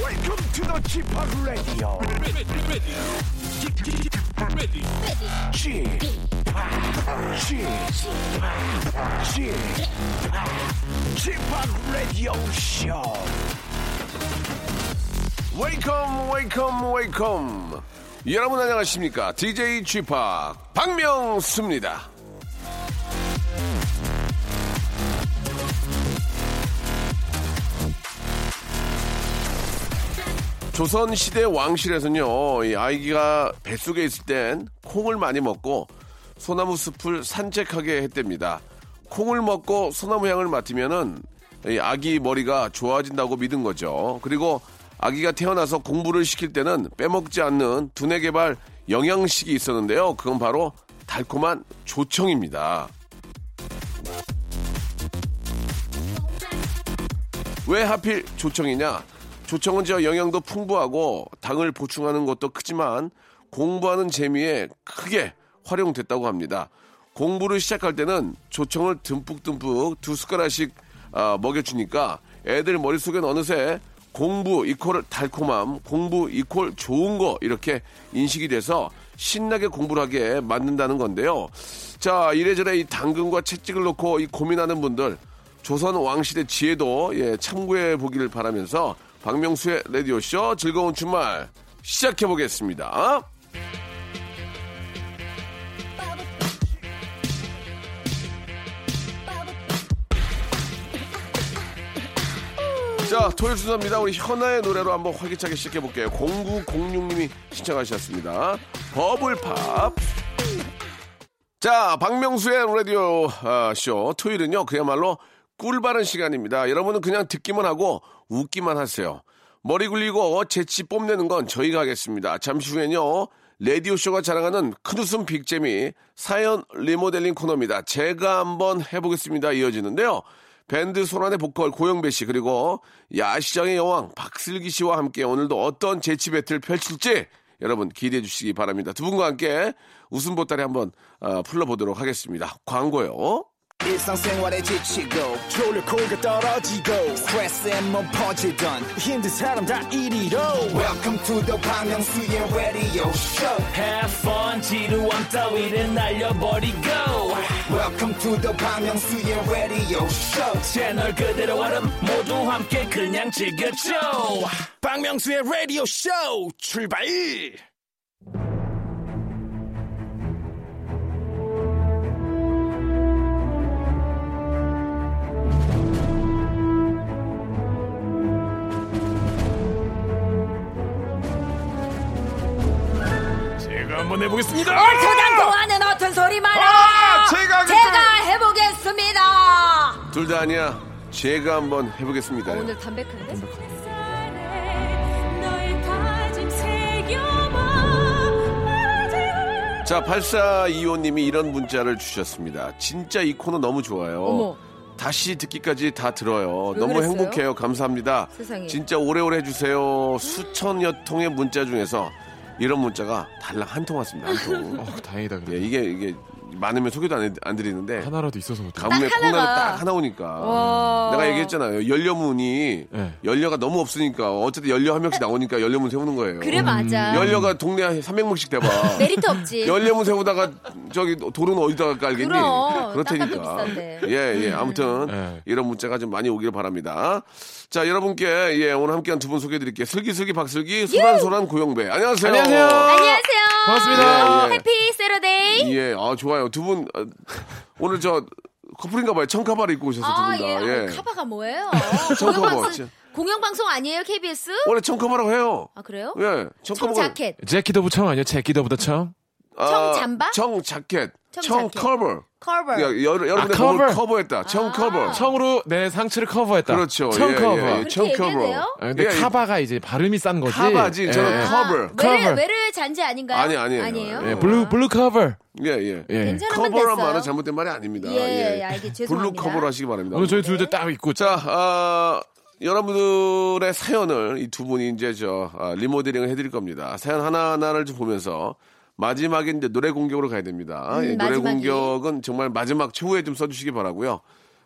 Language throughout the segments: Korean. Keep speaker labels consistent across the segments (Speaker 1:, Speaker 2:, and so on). Speaker 1: Welcome to the g p o p Radio.
Speaker 2: ready, ready, ready, ready.
Speaker 1: g p o p g p o p g p o p Radio Show.
Speaker 3: 웨이컴 웨이컴 웨이컴 여러분 안녕하십니까 DJ g p o p 박명수입니다 조선시대 왕실에서는요 이 아이기가 뱃속에 있을 땐 콩을 많이 먹고 소나무 숲을 산책하게 했답니다 콩을 먹고 소나무 향을 맡으면은 이 아기 머리가 좋아진다고 믿은 거죠 그리고 아기가 태어나서 공부를 시킬 때는 빼먹지 않는 두뇌 개발 영양식이 있었는데요 그건 바로 달콤한 조청입니다 왜 하필 조청이냐? 조청은 저 영양도 풍부하고 당을 보충하는 것도 크지만 공부하는 재미에 크게 활용됐다고 합니다. 공부를 시작할 때는 조청을 듬뿍듬뿍 두 숟가락씩 아, 먹여주니까 애들 머릿속엔 어느새 공부 이퀄 달콤함, 공부 이퀄 좋은 거 이렇게 인식이 돼서 신나게 공부를 하게 만든다는 건데요. 자, 이래저래 이 당근과 채찍을 놓고 이 고민하는 분들 조선 왕실의 지혜도 예, 참고해 보기를 바라면서 박명수의 라디오쇼 즐거운 주말 시작해 보겠습니다. 자, 토요일 순서입니다. 우리 현아의 노래로 한번 활기차게 시작해 볼게요. 0906님이 신청하셨습니다. 버블팝. 자, 박명수의 라디오 아, 쇼 토요일은요 그야말로 꿀바른 시간입니다. 여러분은 그냥 듣기만 하고 웃기만 하세요. 머리 굴리고 재치 뽐내는 건 저희가 하겠습니다. 잠시 후에는요 라디오 쇼가 자랑하는 큰 웃음 빅재미 사연 리모델링 코너입니다. 제가 한번 해보겠습니다. 이어지는데요. 밴드 소란의 보컬 고영배 씨 그리고 야시장의 여왕 박슬기 씨와 함께 오늘도 어떤 재치 배틀 펼칠지 여러분 기대해 주시기 바랍니다. 두 분과 함께 웃음 보따리 한번 어, 풀러보도록 하겠습니다. 광고요.
Speaker 4: 일상생활에 지치고, 졸려 코가 떨어지고, 스트레스에 몸 퍼지던, 힘든 사람 다
Speaker 5: E
Speaker 4: 이리로. welcome to the Bang Myung-soo's radio show
Speaker 5: Have fun 지루한 따위를 날려버리고
Speaker 4: welcome to the Bang Myung-soo's radio show
Speaker 5: 채널 그대로 얼음 모두 함께 그냥 즐겨줘
Speaker 1: 박명수의 라디오 쇼 출발.
Speaker 6: 옳다 당도하는 어떤 소리 말아
Speaker 3: 아! 제가
Speaker 6: 제가 해보겠습니다
Speaker 3: 둘 다 아니야. 제가 한번 해보겠습니다.
Speaker 6: 오늘 담백한데?
Speaker 3: 자, 8425님이 이런 문자를 주셨습니다. 진짜 이 코너 너무 좋아요.
Speaker 6: 어머.
Speaker 3: 다시 듣기까지 다 들어요.
Speaker 6: 왜
Speaker 3: 너무
Speaker 6: 그랬어요?
Speaker 3: 행복해요. 감사합니다.
Speaker 6: 세상에.
Speaker 3: 진짜 오래오래 해주세요. 수천여 통의 문자 중에서 이런 문자가 달랑 한 통 왔습니다. 한 통.
Speaker 7: 어, 다행이다.
Speaker 3: 예,
Speaker 7: 그래.
Speaker 3: 이게, 이게 많으면 소개도 안, 해- 안 드리는데.
Speaker 7: 하나라도 있어서 못해.
Speaker 3: 가뭄에
Speaker 6: 딱
Speaker 3: 콩나물
Speaker 6: 하나가.
Speaker 3: 딱 하나 오니까.
Speaker 6: 와.
Speaker 3: 내가 얘기했잖아요. 연료문이
Speaker 7: 네.
Speaker 3: 연료가 너무 없으니까 어쨌든 연료 한 명씩 나오니까 연료문 세우는 거예요.
Speaker 6: 그래 맞아
Speaker 3: 연료가 동네 한 300명씩 돼봐.
Speaker 6: 메리트 없지
Speaker 3: 연료문 세우다가 저기 도로는 어디다가 깔겠니?
Speaker 6: 그럼.
Speaker 3: 그렇다니까.
Speaker 6: 땅값이 비싼데.
Speaker 3: 예, 예. 아무튼
Speaker 7: 예.
Speaker 3: 이런 문자가 좀 많이 오기를 바랍니다. 자, 여러분께 예, 오늘 함께한 두 분 소개해 드릴게요. 슬기슬기 박슬기, 소란소란 고영배. 안녕하세요.
Speaker 7: 안녕하세요.
Speaker 6: 예! 안녕하세요
Speaker 7: 반갑습니다.
Speaker 3: 예, 예.
Speaker 6: 해피 세러데이
Speaker 3: 예, 아, 좋아요. 두 분, 아, 오늘 저 커플인가 봐요. 청카바를 입고 오셔서 두 분 다.
Speaker 6: 아예
Speaker 3: 예.
Speaker 6: 카바가 뭐예요
Speaker 3: 청카바
Speaker 6: 공영방송
Speaker 3: 맞죠?
Speaker 6: 공영방송 아니에요 KBS
Speaker 3: 원래 청카바라고 해요.
Speaker 6: 아 그래요
Speaker 3: 예, 청카바. 아,
Speaker 6: 청 자켓
Speaker 7: 제키더브 청 아니야? 제키더보다 청?
Speaker 6: 청잠바?
Speaker 3: 청 자켓.
Speaker 6: 청
Speaker 3: 청
Speaker 6: 자켓.
Speaker 3: 커버.
Speaker 6: 커버 아.
Speaker 3: 야, 여, 여러분의
Speaker 7: 아, 커버.
Speaker 3: 몸을 커버했다. 청 커버.
Speaker 7: 청으로 내 상처를 커버했다.
Speaker 3: 그렇죠.
Speaker 7: 청
Speaker 3: 예,
Speaker 7: 커버.
Speaker 3: 예, 예. 청
Speaker 6: 그렇게
Speaker 3: 커버.
Speaker 6: 얘기해도
Speaker 7: 아, 근데
Speaker 3: 예, 예.
Speaker 7: 카바가 이제 발음이 싼 거지.
Speaker 3: 카바지.
Speaker 7: 예,
Speaker 3: 저는
Speaker 7: 예.
Speaker 3: 커- 커버.
Speaker 6: 외르
Speaker 7: 커버.
Speaker 6: 외르 아, 잔지 아닌가요
Speaker 3: 아니, 아니에요.
Speaker 6: 아니에요
Speaker 3: 예,
Speaker 7: 예, 블루 블루 커버.
Speaker 3: 예, 예.
Speaker 7: 예.
Speaker 6: 괜찮으면
Speaker 3: 커버란 말은
Speaker 6: 됐어요
Speaker 3: 잘못된 말이 아닙니다.
Speaker 6: 예, 예, 예, 알겠-
Speaker 3: 블루
Speaker 6: 죄송합니다.
Speaker 3: 커버로 하시기 바랍니다.
Speaker 7: 오늘 저희 둘 다 딱 입고
Speaker 3: 자, 아, 여러분들의 사연을 이 두 분이 이제 저 아, 리모델링을 해드릴 겁니다. 사연 하나하나를 좀 보면서 마지막에 이제 노래 공격으로 가야 됩니다.
Speaker 6: 음,
Speaker 3: 예, 노래
Speaker 6: 마지막이.
Speaker 3: 공격은 정말 마지막 최후에 좀 써주시기 바라고요.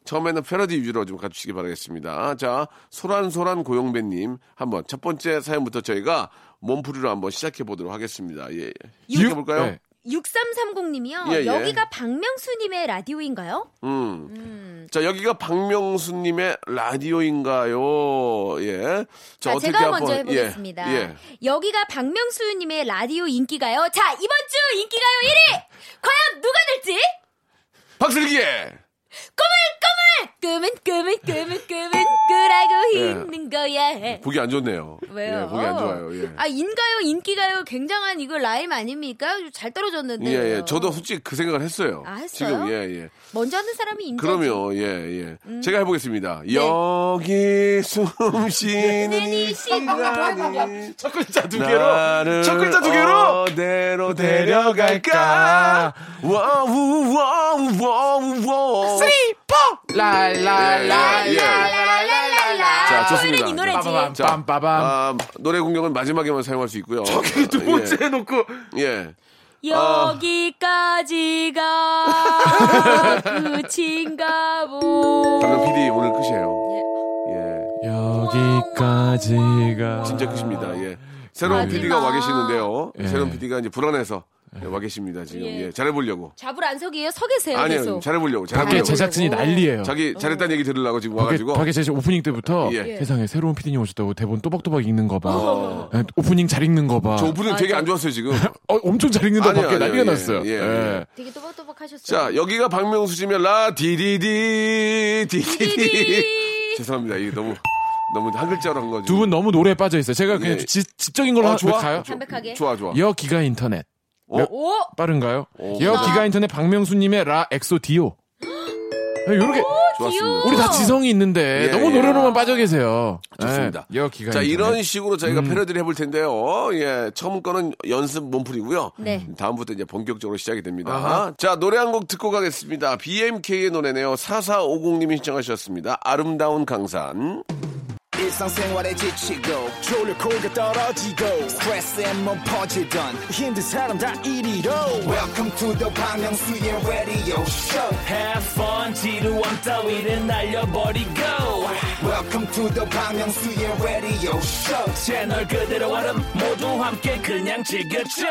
Speaker 3: 처음에는 패러디 위주로 좀 가주시기 바라겠습니다. 자, 소란소란 고용배님 한번 첫 번째 사연부터 저희가 몸풀이로 한번 시작해 보도록 하겠습니다. 예, 시작해 볼까요?
Speaker 7: 네.
Speaker 6: 6330님이요.
Speaker 3: 예, 예.
Speaker 6: 여기가 박명수님의 라디오인가요? 음.
Speaker 3: 자, 여기가 박명수님의 라디오인가요? 예. 자,
Speaker 6: 자,
Speaker 3: 어떻게
Speaker 6: 제가
Speaker 3: 한번-
Speaker 6: 먼저
Speaker 3: 예,
Speaker 6: 해보겠습니다.
Speaker 3: 예.
Speaker 6: 여기가 박명수님의 라디오 인기가요. 자, 이번 주 인기가요 1위! 과연 누가 될지?
Speaker 3: 박슬기의
Speaker 6: 꿈은, 꿈은, 꿈은, 꿈은 꾸라고
Speaker 3: 예.
Speaker 6: 있는 거야.
Speaker 3: 보기 안 좋네요.
Speaker 6: 왜요?
Speaker 3: 예, 보기 안 좋아요. 예.
Speaker 6: 아, 인가요, 인기가요, 굉장한 이거 라임 아닙니까? 잘 떨어졌는데.
Speaker 3: 예, 예. 저도 솔직히 그 생각을 했어요.
Speaker 6: 아, 했어요?
Speaker 3: 지금, 예, 예.
Speaker 6: 먼저 하는 사람이 인자.
Speaker 3: 그럼요, 예, 예.
Speaker 6: 음.
Speaker 3: 제가 해보겠습니다.
Speaker 6: 네.
Speaker 3: 여기 숨 쉬는 이
Speaker 6: 이 시간이.
Speaker 3: 시간이
Speaker 6: 네.
Speaker 7: 첫 글자 두
Speaker 3: 나를
Speaker 7: 개로. 첫 글자 두 개로.
Speaker 3: 어디로 데려갈까? 와우, 와우, 와우, 와우. 예,
Speaker 6: 예.
Speaker 7: 라라라라라라라.
Speaker 3: 자, 좋습니다.
Speaker 6: 원래는 이 노래지.
Speaker 3: 자,
Speaker 7: 빰빠밤.
Speaker 3: 아, 노래 공격은 마지막에만 사용할 수 있고요.
Speaker 7: 저기 두 번째
Speaker 3: 예.
Speaker 7: 해놓고
Speaker 3: 예.
Speaker 6: 여기까지가 끝인가 보.
Speaker 3: 방금 PD 오늘 끝이에요. 예.
Speaker 7: 여기까지가
Speaker 3: 진짜 끝입니다. 예. 새로운
Speaker 6: 마지막.
Speaker 3: PD가 와 계시는데요.
Speaker 7: 아. 예.
Speaker 3: 새로운 PD가 이제 불안해서 예, 와 계십니다. 지금.
Speaker 6: 예.
Speaker 3: 예. 잘해보려고.
Speaker 6: 잡을 안 서기에요? 서 계세요,
Speaker 3: 아니요.
Speaker 6: 계속.
Speaker 3: 잘해보려고.
Speaker 7: 밖에
Speaker 3: 잘해보려고.
Speaker 7: 제작진이 난리예요.
Speaker 3: 자기 잘했다는 얘기 들으려고 지금
Speaker 7: 밖에,
Speaker 3: 와가지고.
Speaker 7: 밖에 제 오프닝 때부터
Speaker 3: 예.
Speaker 7: 세상에 새로운 피디님 오셨다고 대본 또박또박 읽는 거 봐. 예, 오프닝 잘 읽는 거 봐.
Speaker 3: 어. 저 오프닝 되게 안 좋았어요, 지금.
Speaker 7: 어, 엄청 잘 읽는다
Speaker 3: 아니요,
Speaker 7: 밖에
Speaker 3: 아니요,
Speaker 7: 난리가
Speaker 3: 예,
Speaker 7: 났어요.
Speaker 3: 예,
Speaker 7: 예.
Speaker 3: 예.
Speaker 6: 되게 또박또박 하셨어요.
Speaker 3: 자, 여기가 박명수 씨의 라 디디디, 디디디.
Speaker 6: 띠디.
Speaker 3: 죄송합니다. 이게 너무, 너무 한 글자로 한 거지.
Speaker 7: 두 분 너무 노래에 빠져 있어요. 제가 그냥
Speaker 3: 예.
Speaker 7: 지, 지적인 걸로
Speaker 3: 어,
Speaker 7: 하-
Speaker 3: 좋아.
Speaker 7: 가요.
Speaker 3: 좋-
Speaker 6: 담백하게.
Speaker 3: 좋아, 좋아.
Speaker 7: 여 기가 인터넷
Speaker 6: 오!
Speaker 7: 빠른가요? 여 기가 인터넷 박명수님의 라 엑소 디오. 예, 요렇게
Speaker 3: 좋았습니다.
Speaker 7: 우리 다 지성이 있는데
Speaker 3: 예,
Speaker 7: 너무
Speaker 3: 예.
Speaker 7: 노래로만 빠져 계세요.
Speaker 3: 좋습니다.
Speaker 7: 예, 여 기가 음.
Speaker 3: 자,
Speaker 7: 인터넷.
Speaker 3: 이런 식으로 저희가 패러디를 해볼 텐데요. 예, 처음 거는 연습 몸풀이고요.
Speaker 6: 네.
Speaker 3: 다음부터 이제 본격적으로 시작이 됩니다. 자, 노래 한 곡 듣고 가겠습니다. BMK의 노래네요. 4450님이 신청하셨습니다. 아름다운 강산.
Speaker 4: 일상생활에 지치고, 졸려 코가 떨어지고, 스트레스에 몸 퍼지던, 힘든 사람 다 이리로. welcome to the Bang Myung-soo's radio show
Speaker 5: Have fun 지루함 따위를 날려버리고
Speaker 4: welcome to the Bang Myung-soo's radio show
Speaker 5: 채널 그대로 얼음 모두 함께 그냥 즐겨줘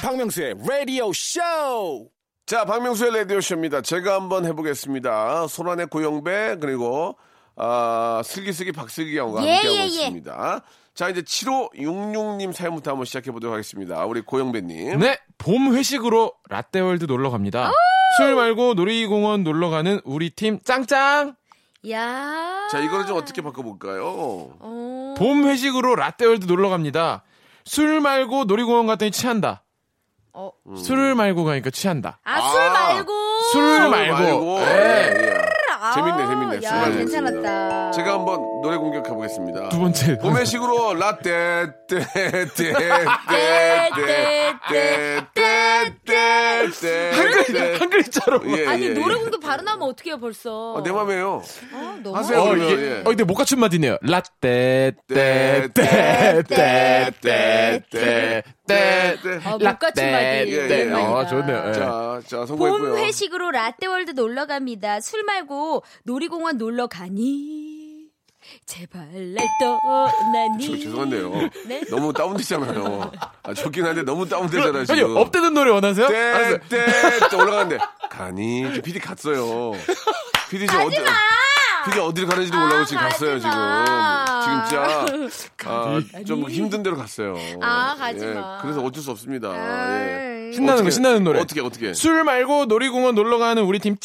Speaker 4: 박명수의 radio show
Speaker 3: 자, 박명수의 라디오쇼입니다. 제가 한번 해보겠습니다. 손안의 고영배, 그리고, 아, 슬기슬기 박슬기 형과
Speaker 6: 예,
Speaker 3: 함께하고
Speaker 6: 예, 예.
Speaker 3: 있습니다. 자, 이제 7566님 사연부터 한번 시작해보도록 하겠습니다. 우리 고영배님.
Speaker 7: 네, 봄 회식으로 라떼월드 놀러 갑니다. 술 말고 놀이공원 놀러 가는 우리 팀 짱짱.
Speaker 6: 야.
Speaker 3: 자, 이거를 좀 어떻게 바꿔볼까요?
Speaker 6: 어.
Speaker 7: 봄 회식으로 라떼월드 놀러 갑니다. 술 말고 놀이공원 갔더니 취한다.
Speaker 6: 어.
Speaker 3: 음.
Speaker 7: 술을 말고 가니까 취한다.
Speaker 6: 아, 술
Speaker 3: 아.
Speaker 6: 말고.
Speaker 3: 음.
Speaker 7: 술 말고. 네.
Speaker 3: 예, 예.
Speaker 6: 아,
Speaker 3: 재밌네, 재밌네.
Speaker 6: 야,
Speaker 3: 술 말고.
Speaker 6: 괜찮았다.
Speaker 3: 제가 한번 노래 공격해보겠습니다.
Speaker 7: 두 번째.
Speaker 3: 봄의식으로 라떼, 떼, 떼, 떼,
Speaker 6: 떼,
Speaker 3: 떼, 떼, 떼, 떼, 떼, 떼.
Speaker 7: 한 글자로.
Speaker 3: 예,
Speaker 6: 아니,
Speaker 3: 예, 예.
Speaker 6: 노래 공도 바로 나오면 어떡해요, 벌써.
Speaker 3: 어, 내 맘에요.
Speaker 6: 어, 너무
Speaker 3: 하세요.
Speaker 7: 어,
Speaker 3: 그러면,
Speaker 7: 이게,
Speaker 3: 예.
Speaker 7: 어, 근데 못 갖춘 맛이네요. 라떼, 떼, 떼, 떼, 떼, 떼, 떼.
Speaker 6: 아, 못 갖춘 맛이.
Speaker 7: 라떼,
Speaker 3: 예,
Speaker 7: 떼.
Speaker 3: 예.
Speaker 7: 어, 좋네요. 예.
Speaker 3: 자, 자, 성공했고요.
Speaker 6: 봄 회식으로 라떼월드 놀러 갑니다. 술 말고 놀이공원 놀러 가니. 제발 날 떠나니.
Speaker 3: 저, 죄송한데요.
Speaker 6: 네?
Speaker 3: 너무 다운되잖아요. 아, 좋긴 한데 너무 다운되잖아요,
Speaker 7: 형님,
Speaker 3: 지금.
Speaker 7: 업되는 노래 원하세요? 알았어요.
Speaker 3: 떼, 떼, 떼 올라가는데. 가니, 저 PD 갔어요. PD 지금 어디, PD 어디로 가는지도 모르고 지금
Speaker 6: 가지
Speaker 3: 갔어요,
Speaker 6: 마.
Speaker 3: 지금. 지금 진짜, 아, 좀 힘든 데로 갔어요.
Speaker 6: 아, 가지 마.
Speaker 3: 그래서 어쩔 수 없습니다. 예.
Speaker 7: 신나는 거, 신나는 노래.
Speaker 3: 어떻게, 어떻게.
Speaker 7: 술 말고 놀이공원 놀러 가는 우리 팀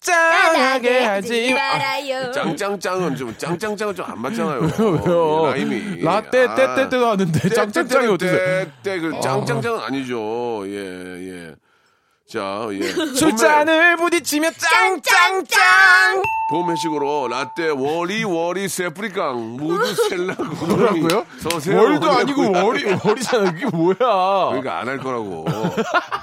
Speaker 7: 짱짱짱하게 하지. 아,
Speaker 6: 말아요.
Speaker 3: 짱짱짱은 좀, 짱짱짱은 좀 안 맞잖아요.
Speaker 7: 왜요?
Speaker 3: 예, 라임이.
Speaker 7: 라떼
Speaker 3: 아.
Speaker 7: 떼떼떼도 하는데 짱짱짱이 어땠어요?
Speaker 3: 그 짱짱짱은 아니죠. 예, 예. 자, 예.
Speaker 7: 술잔을 부딪히며 짱짱짱.
Speaker 3: 봄 회식으로 라떼 워리 워리 세프리깡 무드 셀라고
Speaker 7: 뭐라고요?
Speaker 3: 서세요.
Speaker 7: 월도 아니고 월이 월이잖아. 이게 뭐야?
Speaker 3: 그러니까 안 할 거라고.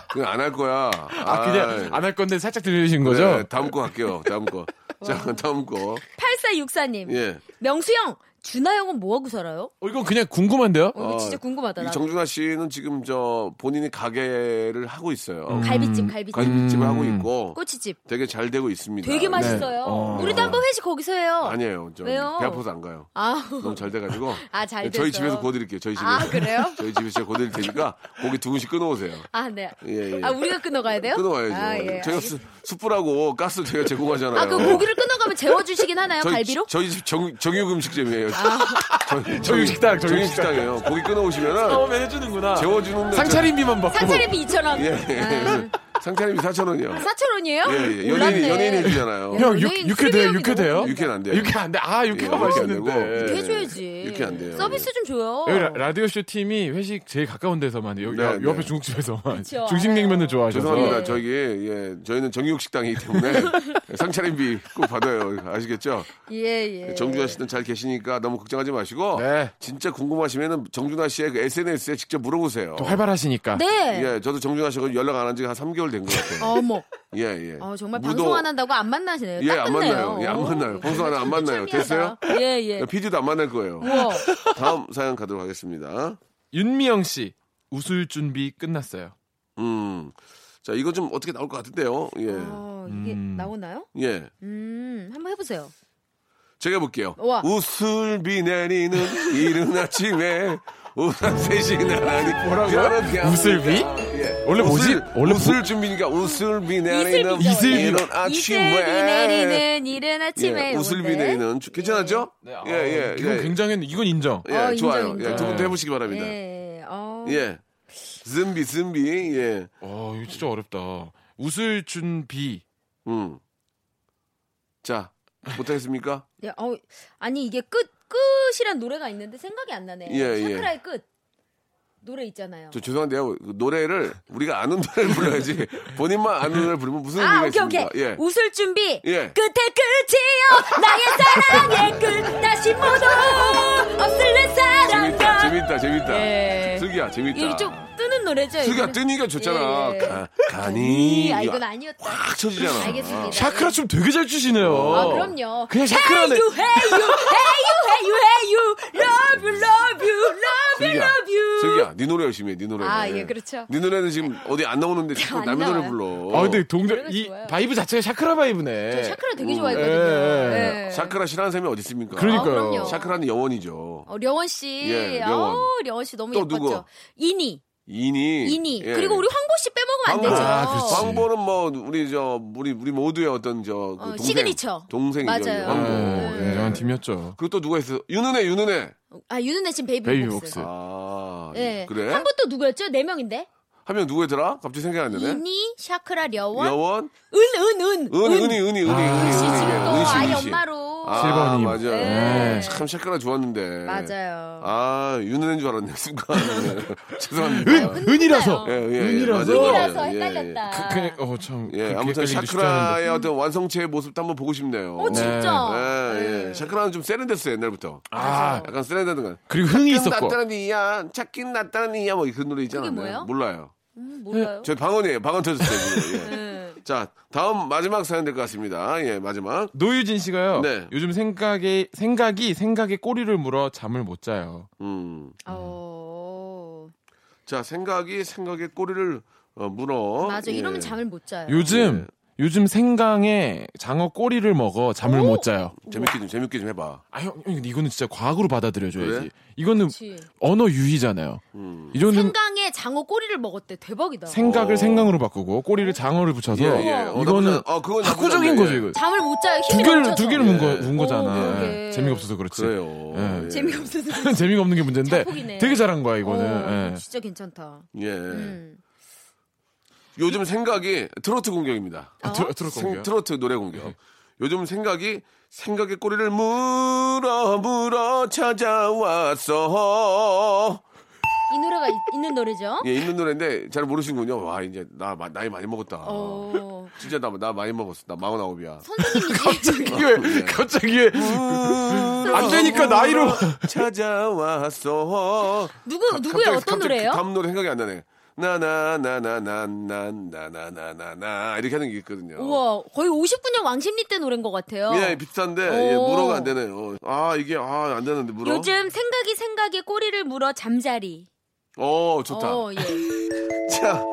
Speaker 3: 그냥 안 할 거야.
Speaker 7: 아
Speaker 3: 예.
Speaker 7: 그냥 안 할 건데 살짝 들려주신 거죠?
Speaker 6: 어.
Speaker 3: 네, 다음 거 갈게요. 다음 거. 자, 다음 거.
Speaker 6: 8464님.
Speaker 3: 예.
Speaker 6: 명수형 준하 형은 뭐하고 살아요?
Speaker 7: 어, 이건 그냥 궁금한데요?
Speaker 6: 어, 이거
Speaker 3: 어,
Speaker 6: 진짜 궁금하다.
Speaker 3: 이
Speaker 6: 나.
Speaker 3: 정준하 씨는 지금 저 본인이 가게를 하고 있어요.
Speaker 6: 음. 갈비찜, 갈비찜,
Speaker 3: 갈비집을
Speaker 7: 음.
Speaker 3: 하고 있고
Speaker 6: 꼬치집.
Speaker 3: 되게 잘 되고 있습니다. 네.
Speaker 6: 되게 맛있어요.
Speaker 7: 어.
Speaker 6: 우리도 한번 회식 거기서 해요.
Speaker 3: 아니에요. 저
Speaker 6: 왜요?
Speaker 3: 배 아파서 안 가요.
Speaker 6: 아,
Speaker 3: 너무 잘 돼가지고. 네,
Speaker 6: 아, 잘
Speaker 3: 저희
Speaker 6: 돼서.
Speaker 3: 집에서 구워드릴게요. 저희 집에서.
Speaker 6: 아, 그래요?
Speaker 3: 저희 집에서 제가 구워드릴 테니까 고기 두 분씩 끊어오세요.
Speaker 6: 아, 네.
Speaker 3: 예, 예.
Speaker 6: 아, 우리가 끊어가야 돼요?
Speaker 3: 끊어와야죠.
Speaker 6: 아, 예.
Speaker 3: 저희가 수, 숯불하고 가스 저희가 제공하잖아요.
Speaker 6: 아, 그 고기를 끊어가면 재워주시긴 하나요?
Speaker 3: 저희,
Speaker 6: 갈비로? 아.
Speaker 3: 저희 집 정, 정육 음식점이에요. 정-
Speaker 7: 정육식당,
Speaker 3: 정육식당이에요. 고기 끊어오시면은
Speaker 7: 해주는구나.
Speaker 3: 재워주는
Speaker 7: 상차림비만 받고.
Speaker 6: 상차림이 2,000원.
Speaker 3: 예, 예.
Speaker 6: 아.
Speaker 3: 상차림이 4,000원이요.
Speaker 6: 4,000원이에요?
Speaker 3: 예, 예. 연예인, 연예인 해주잖아요.
Speaker 6: 야,
Speaker 7: 형,
Speaker 6: 아, 연예인
Speaker 7: 육, 육회 돼요,
Speaker 6: 수비력이
Speaker 7: 육회
Speaker 6: 너무
Speaker 7: 돼요?
Speaker 3: 육회는 안 돼요.
Speaker 7: 육회 안 돼. 아, 육회가
Speaker 3: 예, 육회 안 되고.
Speaker 7: 맛있는데.
Speaker 3: 예.
Speaker 6: 해줘야지.
Speaker 3: 이렇게 안 돼요.
Speaker 6: 서비스 좀 줘요.
Speaker 7: 여기 라- 라디오 쇼 팀이 회식 제일 가까운 데서만 요,
Speaker 3: 네,
Speaker 7: 요-
Speaker 3: 네.
Speaker 7: 옆에 중국집에서
Speaker 6: 그쵸,
Speaker 7: 중식
Speaker 6: 알아요.
Speaker 7: 냉면을 좋아하셔서
Speaker 3: 죄송합니다. 저기 예, 저희는 정육식당이기 때문에 상차림비 꼭 받아요. 아시겠죠?
Speaker 6: 예, 예.
Speaker 3: 그 정준하 씨는 잘 계시니까 너무 걱정하지 마시고
Speaker 7: 네.
Speaker 3: 진짜 궁금하시면은 정준하 씨의 그 SNS에 직접 물어보세요.
Speaker 7: 또 활발하시니까.
Speaker 6: 네.
Speaker 3: 예, 저도 정준하 씨하고 연락 안 한 지가 한 3개월 된 것 같아요.
Speaker 6: 어머.
Speaker 3: 예, 예.
Speaker 6: 어, 정말
Speaker 3: 무도-
Speaker 6: 방송 안 한다고 안 만나시네요.
Speaker 3: 예,
Speaker 6: 딱
Speaker 3: 안
Speaker 6: 끝내요.
Speaker 3: 만나요. 예, 안
Speaker 6: 오,
Speaker 3: 만나요. 방송 하나 안 만나요.
Speaker 6: 참이하다. 예, 예.
Speaker 3: PD도 안 만날 거예요.
Speaker 6: 우와.
Speaker 3: 다음 사연 가도록 하겠습니다.
Speaker 7: 윤미영 씨 웃을 준비 끝났어요.
Speaker 3: 음. 자, 이거 좀 어떻게 나올 것 같은데요. 예.
Speaker 6: 어, 이게
Speaker 7: 음.
Speaker 6: 나오나요?
Speaker 3: 예.
Speaker 6: 음, 한번 해보세요.
Speaker 3: 제가 볼게요.
Speaker 6: 우와.
Speaker 3: 웃을 비 내리는 이른 아침에 우산 셋이 나란히 뭐라고요?
Speaker 7: 웃을 비? 원래 뭐지? 원래
Speaker 3: 웃을 준비니까 웃을 비 내리는
Speaker 6: 이슬비죠.
Speaker 7: 이슬비.
Speaker 3: 이른
Speaker 6: 이슬비
Speaker 3: 아침에
Speaker 6: 내리는 이른 아침에
Speaker 3: 예, 웃을 비
Speaker 6: 요건데.
Speaker 3: 내리는 주- 괜찮았죠? 예, 예,
Speaker 7: 이건
Speaker 3: 예.
Speaker 7: 굉장히 이건 인정.
Speaker 3: 예,
Speaker 6: 어, 인정,
Speaker 3: 좋아요.
Speaker 6: 인정.
Speaker 3: 예, 두 분도 해보시기 바랍니다. 예.
Speaker 6: 예. 어.
Speaker 3: 즘비, 즘비, 예.
Speaker 7: 와 이거 진짜 어렵다. 웃을 준비.
Speaker 3: 음. 자, 못하겠습니까?
Speaker 6: 예, 어, 아니 이게 끝 끝이란 노래가 있는데 생각이 안 나네.
Speaker 3: 예, 예.
Speaker 6: 샤크라의 끝 노래 있잖아요.
Speaker 3: 저 죄송한데요. 그 노래를 우리가 아는 노래를 불러야지. 본인만 아는 노래를 부르면 무슨
Speaker 6: 아
Speaker 3: 의미가
Speaker 6: 오케이 오케이.
Speaker 3: 있습니까? 예.
Speaker 6: 웃을 준비.
Speaker 3: 예.
Speaker 6: 끝에 끝이요. 나의 사랑의 끝 다시 모두 없을래
Speaker 3: 재밌다,
Speaker 6: 사랑과.
Speaker 3: 재밌다, 재밌다.
Speaker 6: 예.
Speaker 3: 슬기야, 재밌다.
Speaker 6: 이게 좀 뜨는 노래죠.
Speaker 3: 슬기야
Speaker 6: 이거는?
Speaker 3: 뜨니까 좋잖아.
Speaker 6: 예, 예.
Speaker 3: 가, 가니.
Speaker 6: 아니, 아 이건 아니었다.
Speaker 3: 확 쳐지잖아.
Speaker 6: 알겠습니다.
Speaker 7: 샤크라 춤 되게 잘 추시네요.
Speaker 6: 네. 아 그럼요.
Speaker 7: 그냥 샤크라네.
Speaker 6: Hey you, hey you, hey you, hey you, hey you, love you, love you, love you,
Speaker 3: 슬기야,
Speaker 6: love you.
Speaker 3: 슬기야, 네 노래 열심히 해, 네 노래.
Speaker 6: 아, 예, 그렇죠.
Speaker 3: 네 노래는 지금 어디 안 나오는데 자꾸
Speaker 6: 안
Speaker 3: 남의 노래
Speaker 6: 나와요.
Speaker 3: 불러.
Speaker 7: 아 근데 동작
Speaker 6: 노래가
Speaker 7: 이
Speaker 6: 좋아요.
Speaker 7: 바이브 자체가 샤크라 바이브네.
Speaker 6: 저 샤크라 되게
Speaker 7: 예,
Speaker 6: 좋아했거든요.
Speaker 7: 예.
Speaker 6: 예.
Speaker 3: 샤크라 싫어하는 사람이 어디 있습니까?
Speaker 7: 그러니까요.
Speaker 6: 아, 그럼요.
Speaker 3: 샤크라는 영원이죠.
Speaker 6: 어, 려원 씨.
Speaker 3: 예, 려원.
Speaker 6: 어우, 려원 씨 너무
Speaker 3: 또
Speaker 6: 예뻤죠.
Speaker 3: 누구?
Speaker 6: 이니.
Speaker 3: 이니.
Speaker 6: 이니.
Speaker 3: 예.
Speaker 6: 그리고 우리 황보 씨
Speaker 3: 황보.
Speaker 6: 빼먹으면
Speaker 7: 아,
Speaker 6: 안
Speaker 7: 그렇지.
Speaker 6: 되죠.
Speaker 7: 황-
Speaker 3: 황보는 뭐 우리 저 우리 우리 모두의 어떤 저
Speaker 6: 어,
Speaker 3: 그 동생,
Speaker 6: 시그니처.
Speaker 3: 동생이죠.
Speaker 6: 맞아요.
Speaker 7: 아,
Speaker 3: 황보.
Speaker 6: 네.
Speaker 7: 예,
Speaker 3: 예.
Speaker 7: 대단한 팀이었죠.
Speaker 3: 그리고 또 누가 있어? 윤은혜, 윤은혜.
Speaker 6: 아, 유는혜 씨 베이비,
Speaker 7: 베이비
Speaker 6: 복스.
Speaker 7: 복스.
Speaker 3: 아
Speaker 6: 예.
Speaker 3: 그래?
Speaker 6: 황보 또 누구였죠? 네 명인데.
Speaker 3: 하면 누구더라? 갑자기 생각이 안 나네.
Speaker 6: 이니, 샤크라, 려원.
Speaker 3: 여원,
Speaker 6: 은, 은, 은.
Speaker 3: 은, 은이, 은이,
Speaker 7: 아,
Speaker 3: 은이, 은이,
Speaker 6: 역시 지금 또
Speaker 3: 은이,
Speaker 6: 아이
Speaker 3: 은이.
Speaker 6: 엄마로.
Speaker 3: 아,
Speaker 7: 실버님.
Speaker 3: 맞아.
Speaker 6: 네.
Speaker 3: 참 샤크라 좋았는데.
Speaker 6: 맞아요.
Speaker 3: 아, 윤은혜인 줄 알았네, 순간. 죄송합니다.
Speaker 6: 아,
Speaker 7: 은 은이라서.
Speaker 3: 예, 예,
Speaker 7: 은이라서.
Speaker 3: 맞아요.
Speaker 6: 이라서
Speaker 3: 예, 예.
Speaker 6: 헷갈렸다.
Speaker 7: 그, 그냥 어참
Speaker 3: 예, 아무튼 샤크라의 어떤 완성체의 모습도 한번 보고 싶네요.
Speaker 6: 어, 음. 진짜.
Speaker 3: 예, 예. 샤크라는 좀 세련됐어요, 옛날부터.
Speaker 7: 아
Speaker 3: 약간 세련된 건.
Speaker 7: 그리고 흥이 있었고.
Speaker 3: 낫다는 이야, 찾긴 낫다는 이야, 뭐 그 노래 있잖아요.
Speaker 6: 그게 뭐예요?
Speaker 3: 몰라요.
Speaker 6: 음, 몰라요.
Speaker 3: 저희 방언이에요. 방언 터졌어요. 지금. 예.
Speaker 6: 예.
Speaker 3: 자, 다음 마지막 사연 될 것 같습니다. 예, 마지막.
Speaker 7: 노유진 씨가요.
Speaker 3: 네.
Speaker 7: 요즘 생각에 생각이 생각에 꼬리를 물어 잠을 못 자요.
Speaker 3: 음.
Speaker 6: 어.
Speaker 3: 자, 생각이 생각의 꼬리를 어, 물어.
Speaker 6: 맞아.
Speaker 3: 예.
Speaker 6: 이러면 잠을 못 자요.
Speaker 7: 요즘
Speaker 6: 예.
Speaker 7: 요즘 생강에 장어 꼬리를 먹어 잠을 못 자요.
Speaker 3: 재밌게 좀, 재밌게 좀 해봐.
Speaker 7: 아 형, 형 이거는 진짜 과학으로 받아들여줘야지.
Speaker 3: 그래? 음.
Speaker 7: 이거는
Speaker 6: 그치.
Speaker 7: 언어 유희잖아요. 이 정도는
Speaker 6: 생강에 장어 꼬리를 먹었대. 대박이다.
Speaker 7: 생각...
Speaker 3: 어.
Speaker 7: 을 생강으로 바꾸고 꼬리를 장어를 붙여서
Speaker 3: 어,
Speaker 7: 이거는
Speaker 3: 나쁘지 않- 어, 그건 나쁘지
Speaker 7: 학구적인
Speaker 3: 않네,
Speaker 7: 거죠
Speaker 3: 예.
Speaker 7: 이거.
Speaker 6: 잠을 못 자요.
Speaker 7: 두
Speaker 6: 힘이
Speaker 7: 개를
Speaker 6: 넘쳐서.
Speaker 7: 두 개를 문, 거, 문
Speaker 6: 어,
Speaker 7: 거잖아.
Speaker 6: 그러게.
Speaker 7: 재미가 없어서 그렇지.
Speaker 3: 그래요.
Speaker 7: 예.
Speaker 3: 예.
Speaker 6: 네. 재미없어서
Speaker 7: 재미가 없는 게 문제인데
Speaker 6: 자폭이네.
Speaker 7: 되게 잘한 거야 이거는.
Speaker 6: 어,
Speaker 7: 예.
Speaker 6: 진짜 괜찮다.
Speaker 3: 예.
Speaker 6: 음.
Speaker 3: 요즘 생각이 트로트
Speaker 6: 어.
Speaker 3: 공격입니다. 네.
Speaker 7: 아, 들, 들을
Speaker 3: 생-
Speaker 7: 건가요?
Speaker 3: 트로트 노래 공격. 요즘 생각이 생각의 꼬리를 물어 물어 찾아왔어.
Speaker 6: 이 노래가 있, 는 노래죠?
Speaker 3: 예, 있는 노래인데 잘 모르시는군요. 와, 이제 나 마- 나이 많이 먹었다.
Speaker 6: 어,
Speaker 3: 진짜 나, 나 많이 먹었어. 나 마흔아홉이야.
Speaker 6: 선생님이지.
Speaker 3: 예.
Speaker 7: 이게 갑자기 왜- 안 되니까 나이로
Speaker 3: 찾아왔어.
Speaker 6: 누구 누구의
Speaker 3: 갑자기-
Speaker 6: 어떤
Speaker 3: 갑자기 그
Speaker 6: 노래예요?
Speaker 3: 다음 노래 생각이 안 나네. 나나나나나나나나나나나 이렇게 하는 게 있거든요.
Speaker 6: 우와, 거의 59년 왕십리 때 노래인 것 같아요.
Speaker 3: 예, 비슷한데 예,
Speaker 6: 오.
Speaker 3: 물어가 안 되네요. 아 이게 아 안 되는데 물어.
Speaker 6: 요즘 생각이 생각에 꼬리를 물어 잠자리.
Speaker 3: 어 좋다.
Speaker 6: 어, 예.
Speaker 3: 자,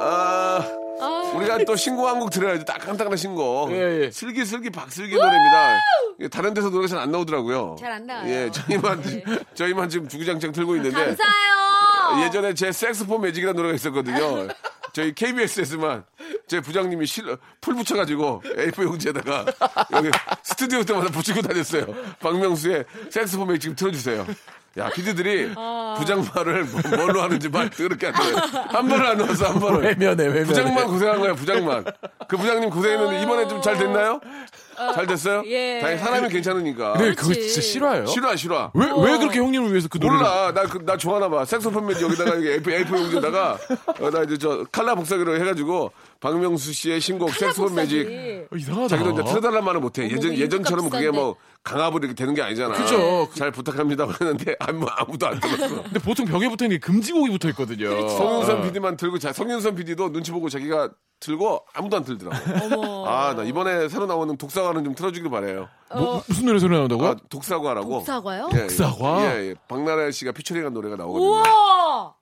Speaker 3: 아
Speaker 6: 아,
Speaker 3: 우리가 또 신곡 한 곡 들어야죠. 따끈따끈한 신곡.
Speaker 7: 예, 예.
Speaker 3: 슬기슬기 박슬기 노래입니다. 이게 다른 데서 노래가 잘 안 나오더라고요.
Speaker 6: 잘안 나와요. 네.
Speaker 3: 예, 저희만 저희만 지금 주구장창 틀고 있는데
Speaker 6: 감사해요.
Speaker 3: 네. 예전에 제 섹스포 매직이라는 노래가 있었거든요. 저희 KBS에서만 제 부장님이 실, 풀 붙여가지고 A4 용지에다가 여기 스튜디오 때마다 붙이고 다녔어요. 박명수의 섹스포 매직 지금 틀어주세요. 야, 피디들이 부장 말을 뭐- 뭘로 하는지 말 그렇게 안 돼요. 한 번을 안 넣었어, 한 번을.
Speaker 7: 외면해, 외면해.
Speaker 3: 부장만 고생한 거야, 부장만. 그 부장님 고생했는데 이번에 좀 잘 됐나요? 잘 됐어요?
Speaker 6: 예.
Speaker 3: 다행히 사람이 괜찮으니까.
Speaker 7: 근데 그거
Speaker 6: 그렇지.
Speaker 7: 진짜 싫어요.
Speaker 3: 싫어, 싫어.
Speaker 7: 왜, 왜 그렇게 형님을 위해서 그 노래를
Speaker 3: 몰라. 나, 그, 나 좋아하나 봐. 색소판매 여기다가 이게 F, A4 용지에다가, 어, 나 이제 저 칼라 복사기로 해가지고, 박명수 씨의 신곡 색소폰 매직.
Speaker 6: 복사기.
Speaker 7: 어, 이상하다.
Speaker 3: 자기도 이제 틀어달란 말은 못해. 예전,
Speaker 6: 이거
Speaker 3: 예전처럼 그게
Speaker 6: 값싼데.
Speaker 3: 뭐 강압으로 이렇게 되는 게 아니잖아.
Speaker 7: 그죠.
Speaker 3: 잘 부탁합니다. 그랬는데 아무, 아무도 안 들었어.
Speaker 7: 근데 보통 벽에 붙어 어. 있는 게 금지곡이 붙어 있거든요.
Speaker 3: 그렇죠. 성윤선 PD만 들고, 자, 성윤선 PD도 눈치 보고 자기가 들고 아무도 안 들더라고.
Speaker 6: 어머.
Speaker 3: 아, 나 이번에 새로 나오는 독사과는 좀 틀어주길 바래요
Speaker 7: 뭐, 무슨 노래 소리 나온다고요?
Speaker 3: 아, 독사과라고.
Speaker 6: 독사과요?
Speaker 3: 예, 예.
Speaker 7: 독사과?
Speaker 3: 예, 예. 박나래 씨가 피처링한 노래가 나오거든요.
Speaker 6: 우와.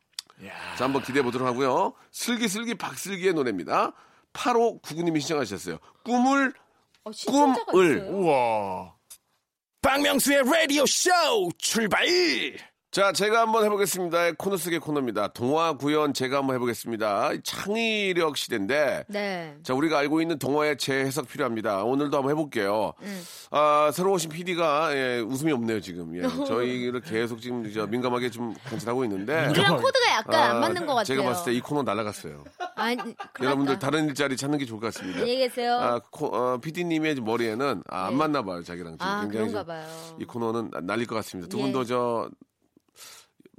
Speaker 3: 자, 한번 기대해 보도록 하고요. 슬기슬기 박슬기의 노래입니다. 8호 99님이 신청하셨어요. 꿈을
Speaker 6: 어, 신청자가
Speaker 3: 꿈을.
Speaker 6: 있어요.
Speaker 5: 박명수의 라디오 쇼 출발
Speaker 3: 자, 제가 한번 해보겠습니다. 코너 속의 코너입니다. 동화 구연 제가 한번 해보겠습니다. 창의력 시대인데
Speaker 6: 네.
Speaker 3: 자, 우리가 알고 있는 동화의 재해석 필요합니다. 오늘도 한번 해볼게요.
Speaker 6: 음.
Speaker 3: 아, 새로 오신 PD가 예, 웃음이 없네요 지금. 예, 저희를 계속 지금 저 민감하게 좀 관찰하고 있는데.
Speaker 6: 우리랑 코드가 약간 안 맞는 것 같아요.
Speaker 3: 제가 봤을 때 이 코너 날아갔어요.
Speaker 6: 아니,
Speaker 3: 여러분들
Speaker 6: 그러니까.
Speaker 3: 다른 일자리 찾는 게 좋을 것 같습니다.
Speaker 6: 안녕히 계세요.
Speaker 3: 아, 코, 어, PD님의 머리에는 아, 안 맞나 봐요, 자기랑. 지금
Speaker 6: 네. 아,
Speaker 3: 굉장히
Speaker 6: 그런가
Speaker 3: 좀
Speaker 6: 봐요.
Speaker 3: 이 코너는 나- 날릴 것 같습니다. 두
Speaker 6: 예.
Speaker 3: 분도 저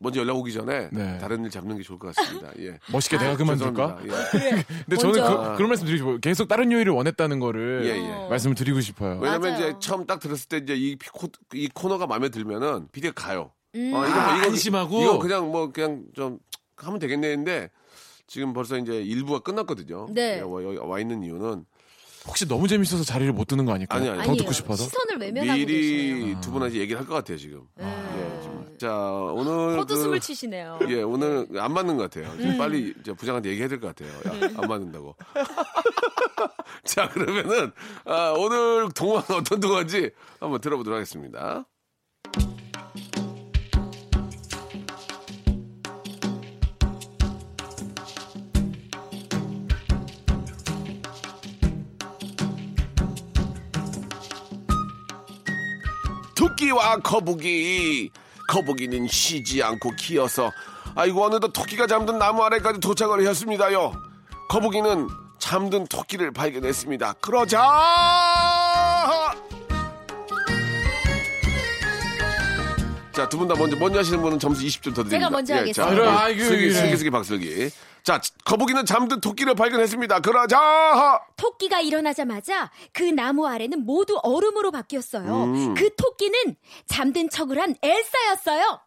Speaker 3: 먼저 연락 오기 전에
Speaker 7: 네.
Speaker 3: 다른 일 잡는 게 좋을 것 같습니다. 예.
Speaker 7: 멋있게 내가 그만둘까?
Speaker 3: 죄송합니다. 예.
Speaker 7: 근데 저는
Speaker 6: 먼저.
Speaker 7: 그, 그런 말씀 드리고 싶어요. 계속 다른 요일을 원했다는 거를
Speaker 3: 예, 예.
Speaker 7: 말씀을 드리고 싶어요.
Speaker 3: 왜냐면
Speaker 6: 맞아요.
Speaker 3: 이제 처음 딱 들었을 때 이제 이, 피- 코, 이 코너가 마음에 들면은 PD가 가요.
Speaker 6: 음.
Speaker 3: 어, 이거
Speaker 7: 아, 안심하고?
Speaker 3: 이거 그냥 뭐 그냥 좀 하면 되겠네 했는데 지금 벌써 이제 일부가 끝났거든요.
Speaker 6: 네.
Speaker 3: 예, 와, 여기 와 있는 이유는
Speaker 7: 혹시 너무 재밌어서 자리를 못 드는 거 아닐까요?
Speaker 3: 아니, 아니.
Speaker 7: 더
Speaker 6: 아니에요.
Speaker 7: 듣고 싶어서?
Speaker 6: 시선을 외면하고 계시네요. 네.
Speaker 3: 미리 두 분한테 얘기를 할 것 같아요 지금. 예, 지금. 자 오늘
Speaker 6: 코드
Speaker 3: 그-
Speaker 6: 숨을 치시네요.
Speaker 3: 예 오늘 안 맞는 것 같아요. 지금 빨리 이제 부장한테 얘기해야 될 것 같아요. 야, 안 맞는다고. 자 그러면은 아, 오늘 동화는 어떤 동화인지 한번 들어보도록 하겠습니다. 토끼와 거북이 거북이는 쉬지 않고 기어서 아이고 어느덧 토끼가 잠든 나무 아래까지 도착을 했습니다요 거북이는 잠든 토끼를 발견했습니다 그러자 자 두 분 다 먼저 먼저 하시는 분은 점수 20점 더 드립니다 예,
Speaker 6: 제가 먼저 하겠습니다.
Speaker 3: 자,
Speaker 7: 그래, 아이고,
Speaker 3: 슬기
Speaker 7: 이래.
Speaker 3: 슬기 슬기 박슬기 자 거북이는 잠든 토끼를 발견했습니다 그러자
Speaker 6: 토끼가 일어나자마자 그 나무 아래는 모두 얼음으로 바뀌었어요. 그 토끼는 잠든 척을 한 엘사였어요.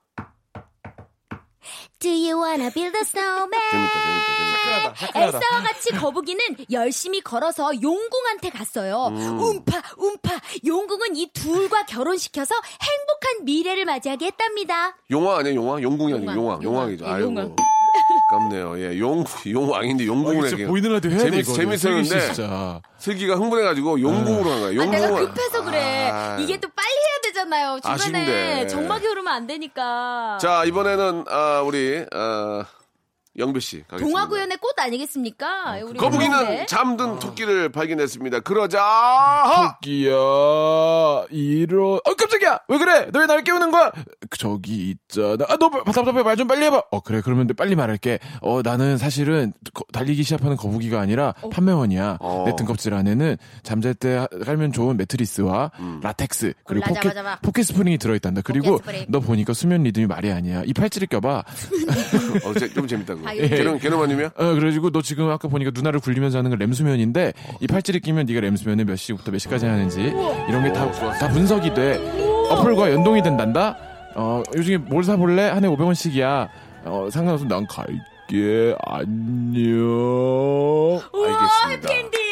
Speaker 6: Do you wanna build a snowman?
Speaker 3: 재밌다 재밌다 재밌다
Speaker 6: 엘사와 같이 거북이는 열심히 걸어서 용궁한테 갔어요. 움파, 움파. 용궁은 이 둘과 결혼시켜서 행복한 미래를 맞이하게 했답니다.
Speaker 3: 용왕 아니에요, 용왕? 용궁이 아니고 용왕,
Speaker 6: 용왕,
Speaker 3: 용왕이죠.
Speaker 6: 용왕. 예,
Speaker 3: 아이고.
Speaker 6: 용왕.
Speaker 3: 깝네요. 예, 용, 용왕인데 용궁을
Speaker 7: 아, 진짜
Speaker 3: 얘기해요.
Speaker 7: 보이는 라디오 해야 돼,
Speaker 3: 재밌,
Speaker 7: 이거.
Speaker 3: 재밌었는데,
Speaker 7: 진짜.
Speaker 3: 슬기가 흥분해가지고 용궁으로 한 거야.
Speaker 6: 아,
Speaker 3: 용궁을.
Speaker 6: 내가 급해서 그래.
Speaker 3: 아.
Speaker 6: 이게 또 빨리 해야 되잖아요. 중간에
Speaker 3: 아쉽네.
Speaker 6: 정막이 흐르면 안 되니까.
Speaker 3: 자, 이번에는, 아, 우리, 아, 영배씨.
Speaker 6: 동화구연의 꽃 아니겠습니까? 예, 우리
Speaker 3: 거북이는
Speaker 6: 그런데.
Speaker 7: 아.
Speaker 3: 잠든 토끼를 발견했습니다. 그러자,
Speaker 7: 토끼야, 이런. 어, 깜짝이야! 왜 그래? 너 왜 날 깨우는 거야? 그, 저기 있잖아. 아, 너 답답해. 말 좀 빨리 해봐. 어, 그래. 그러면 내 빨리 말할게. 어, 나는 사실은 거- 달리기 시합하는 거북이가 아니라 판매원이야.
Speaker 3: 어.
Speaker 7: 내 등껍질 안에는 잠잘 때 하- 깔면 좋은 매트리스와 라텍스, 그리고
Speaker 6: 골라
Speaker 7: 포켓,
Speaker 6: 잡아, 잡아.
Speaker 7: 포켓 스프링이 들어있단다. 그리고
Speaker 6: 포켓 스프링.
Speaker 7: 너 보니까 수면 리듬이 말이 아니야. 이 팔찌를 껴봐.
Speaker 3: 어, 제- 좀 재밌다, 그거.
Speaker 6: 아, 예.
Speaker 3: 개념, 개념아님이야?
Speaker 7: 어, 그래가지고 너 지금 아까 보니까 누나를 굴리면서 하는 건 램수면인데 이 팔찌를 끼면 네가 램수면을 몇 시부터 몇 시까지 하는지 이런 게 다 다 분석이 돼 어플과 연동이 된단다. 어 요즘에 뭘 사볼래? 한 해 500원씩이야. 어 상관없으면 난 갈게. 갈게. 안녕.
Speaker 6: 우와
Speaker 3: 알겠습니다.
Speaker 6: 해피엔딩.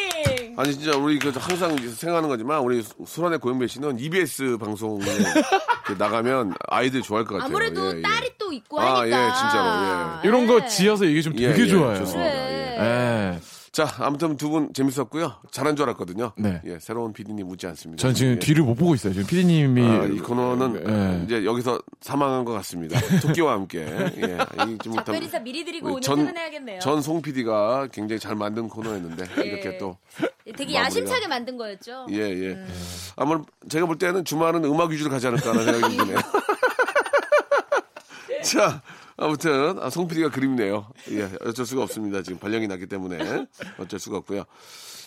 Speaker 3: 아니 진짜 우리 그 항상 생각하는 거지만 우리 수- 수란의 고영배 씨는 EBS 방송에 이렇게 나가면 아이들 좋아할 것 같아요.
Speaker 6: 아무래도
Speaker 3: 예, 예.
Speaker 6: 딸이 또 있고
Speaker 3: 아,
Speaker 6: 하니까.
Speaker 3: 예, 진짜로,
Speaker 7: 이런 거
Speaker 6: 네.
Speaker 7: 지어서 얘기 좀
Speaker 3: 예,
Speaker 7: 되게
Speaker 3: 예,
Speaker 7: 좋아요.
Speaker 3: 좋습니다.
Speaker 6: 그래.
Speaker 7: 예.
Speaker 3: 자, 아무튼 두 분 재밌었고요. 잘한 줄 알았거든요.
Speaker 7: 네.
Speaker 3: 예, 새로운 PD님 웃지 않습니다.
Speaker 7: 전 지금
Speaker 3: 예.
Speaker 7: 뒤를 못 보고 있어요. 지금 피디님이
Speaker 3: 아, 이 코너는
Speaker 7: 예.
Speaker 3: 이제 여기서 사망한 것 같습니다. 토끼와 함께. 예, 이지 못하면
Speaker 6: 작별 인사 미리 드리고
Speaker 3: 우리
Speaker 6: 오늘
Speaker 3: 전-
Speaker 6: 퇴근해야겠네요.
Speaker 3: 전송 PD가 굉장히 잘 만든 코너였는데
Speaker 6: 예.
Speaker 3: 이렇게 또
Speaker 6: 되게
Speaker 3: 마무리가-
Speaker 6: 야심차게 만든 거였죠.
Speaker 3: 예, 예.
Speaker 6: 네.
Speaker 3: 아무래도 제가 볼 때는 주말은 음악 위주로 가지 않을까라는 생각이 드네요. 자, 아무튼 아, 송 PD가 그립네요. 예, 어쩔 수가 없습니다. 지금 발령이 났기 때문에 어쩔 수가 없고요.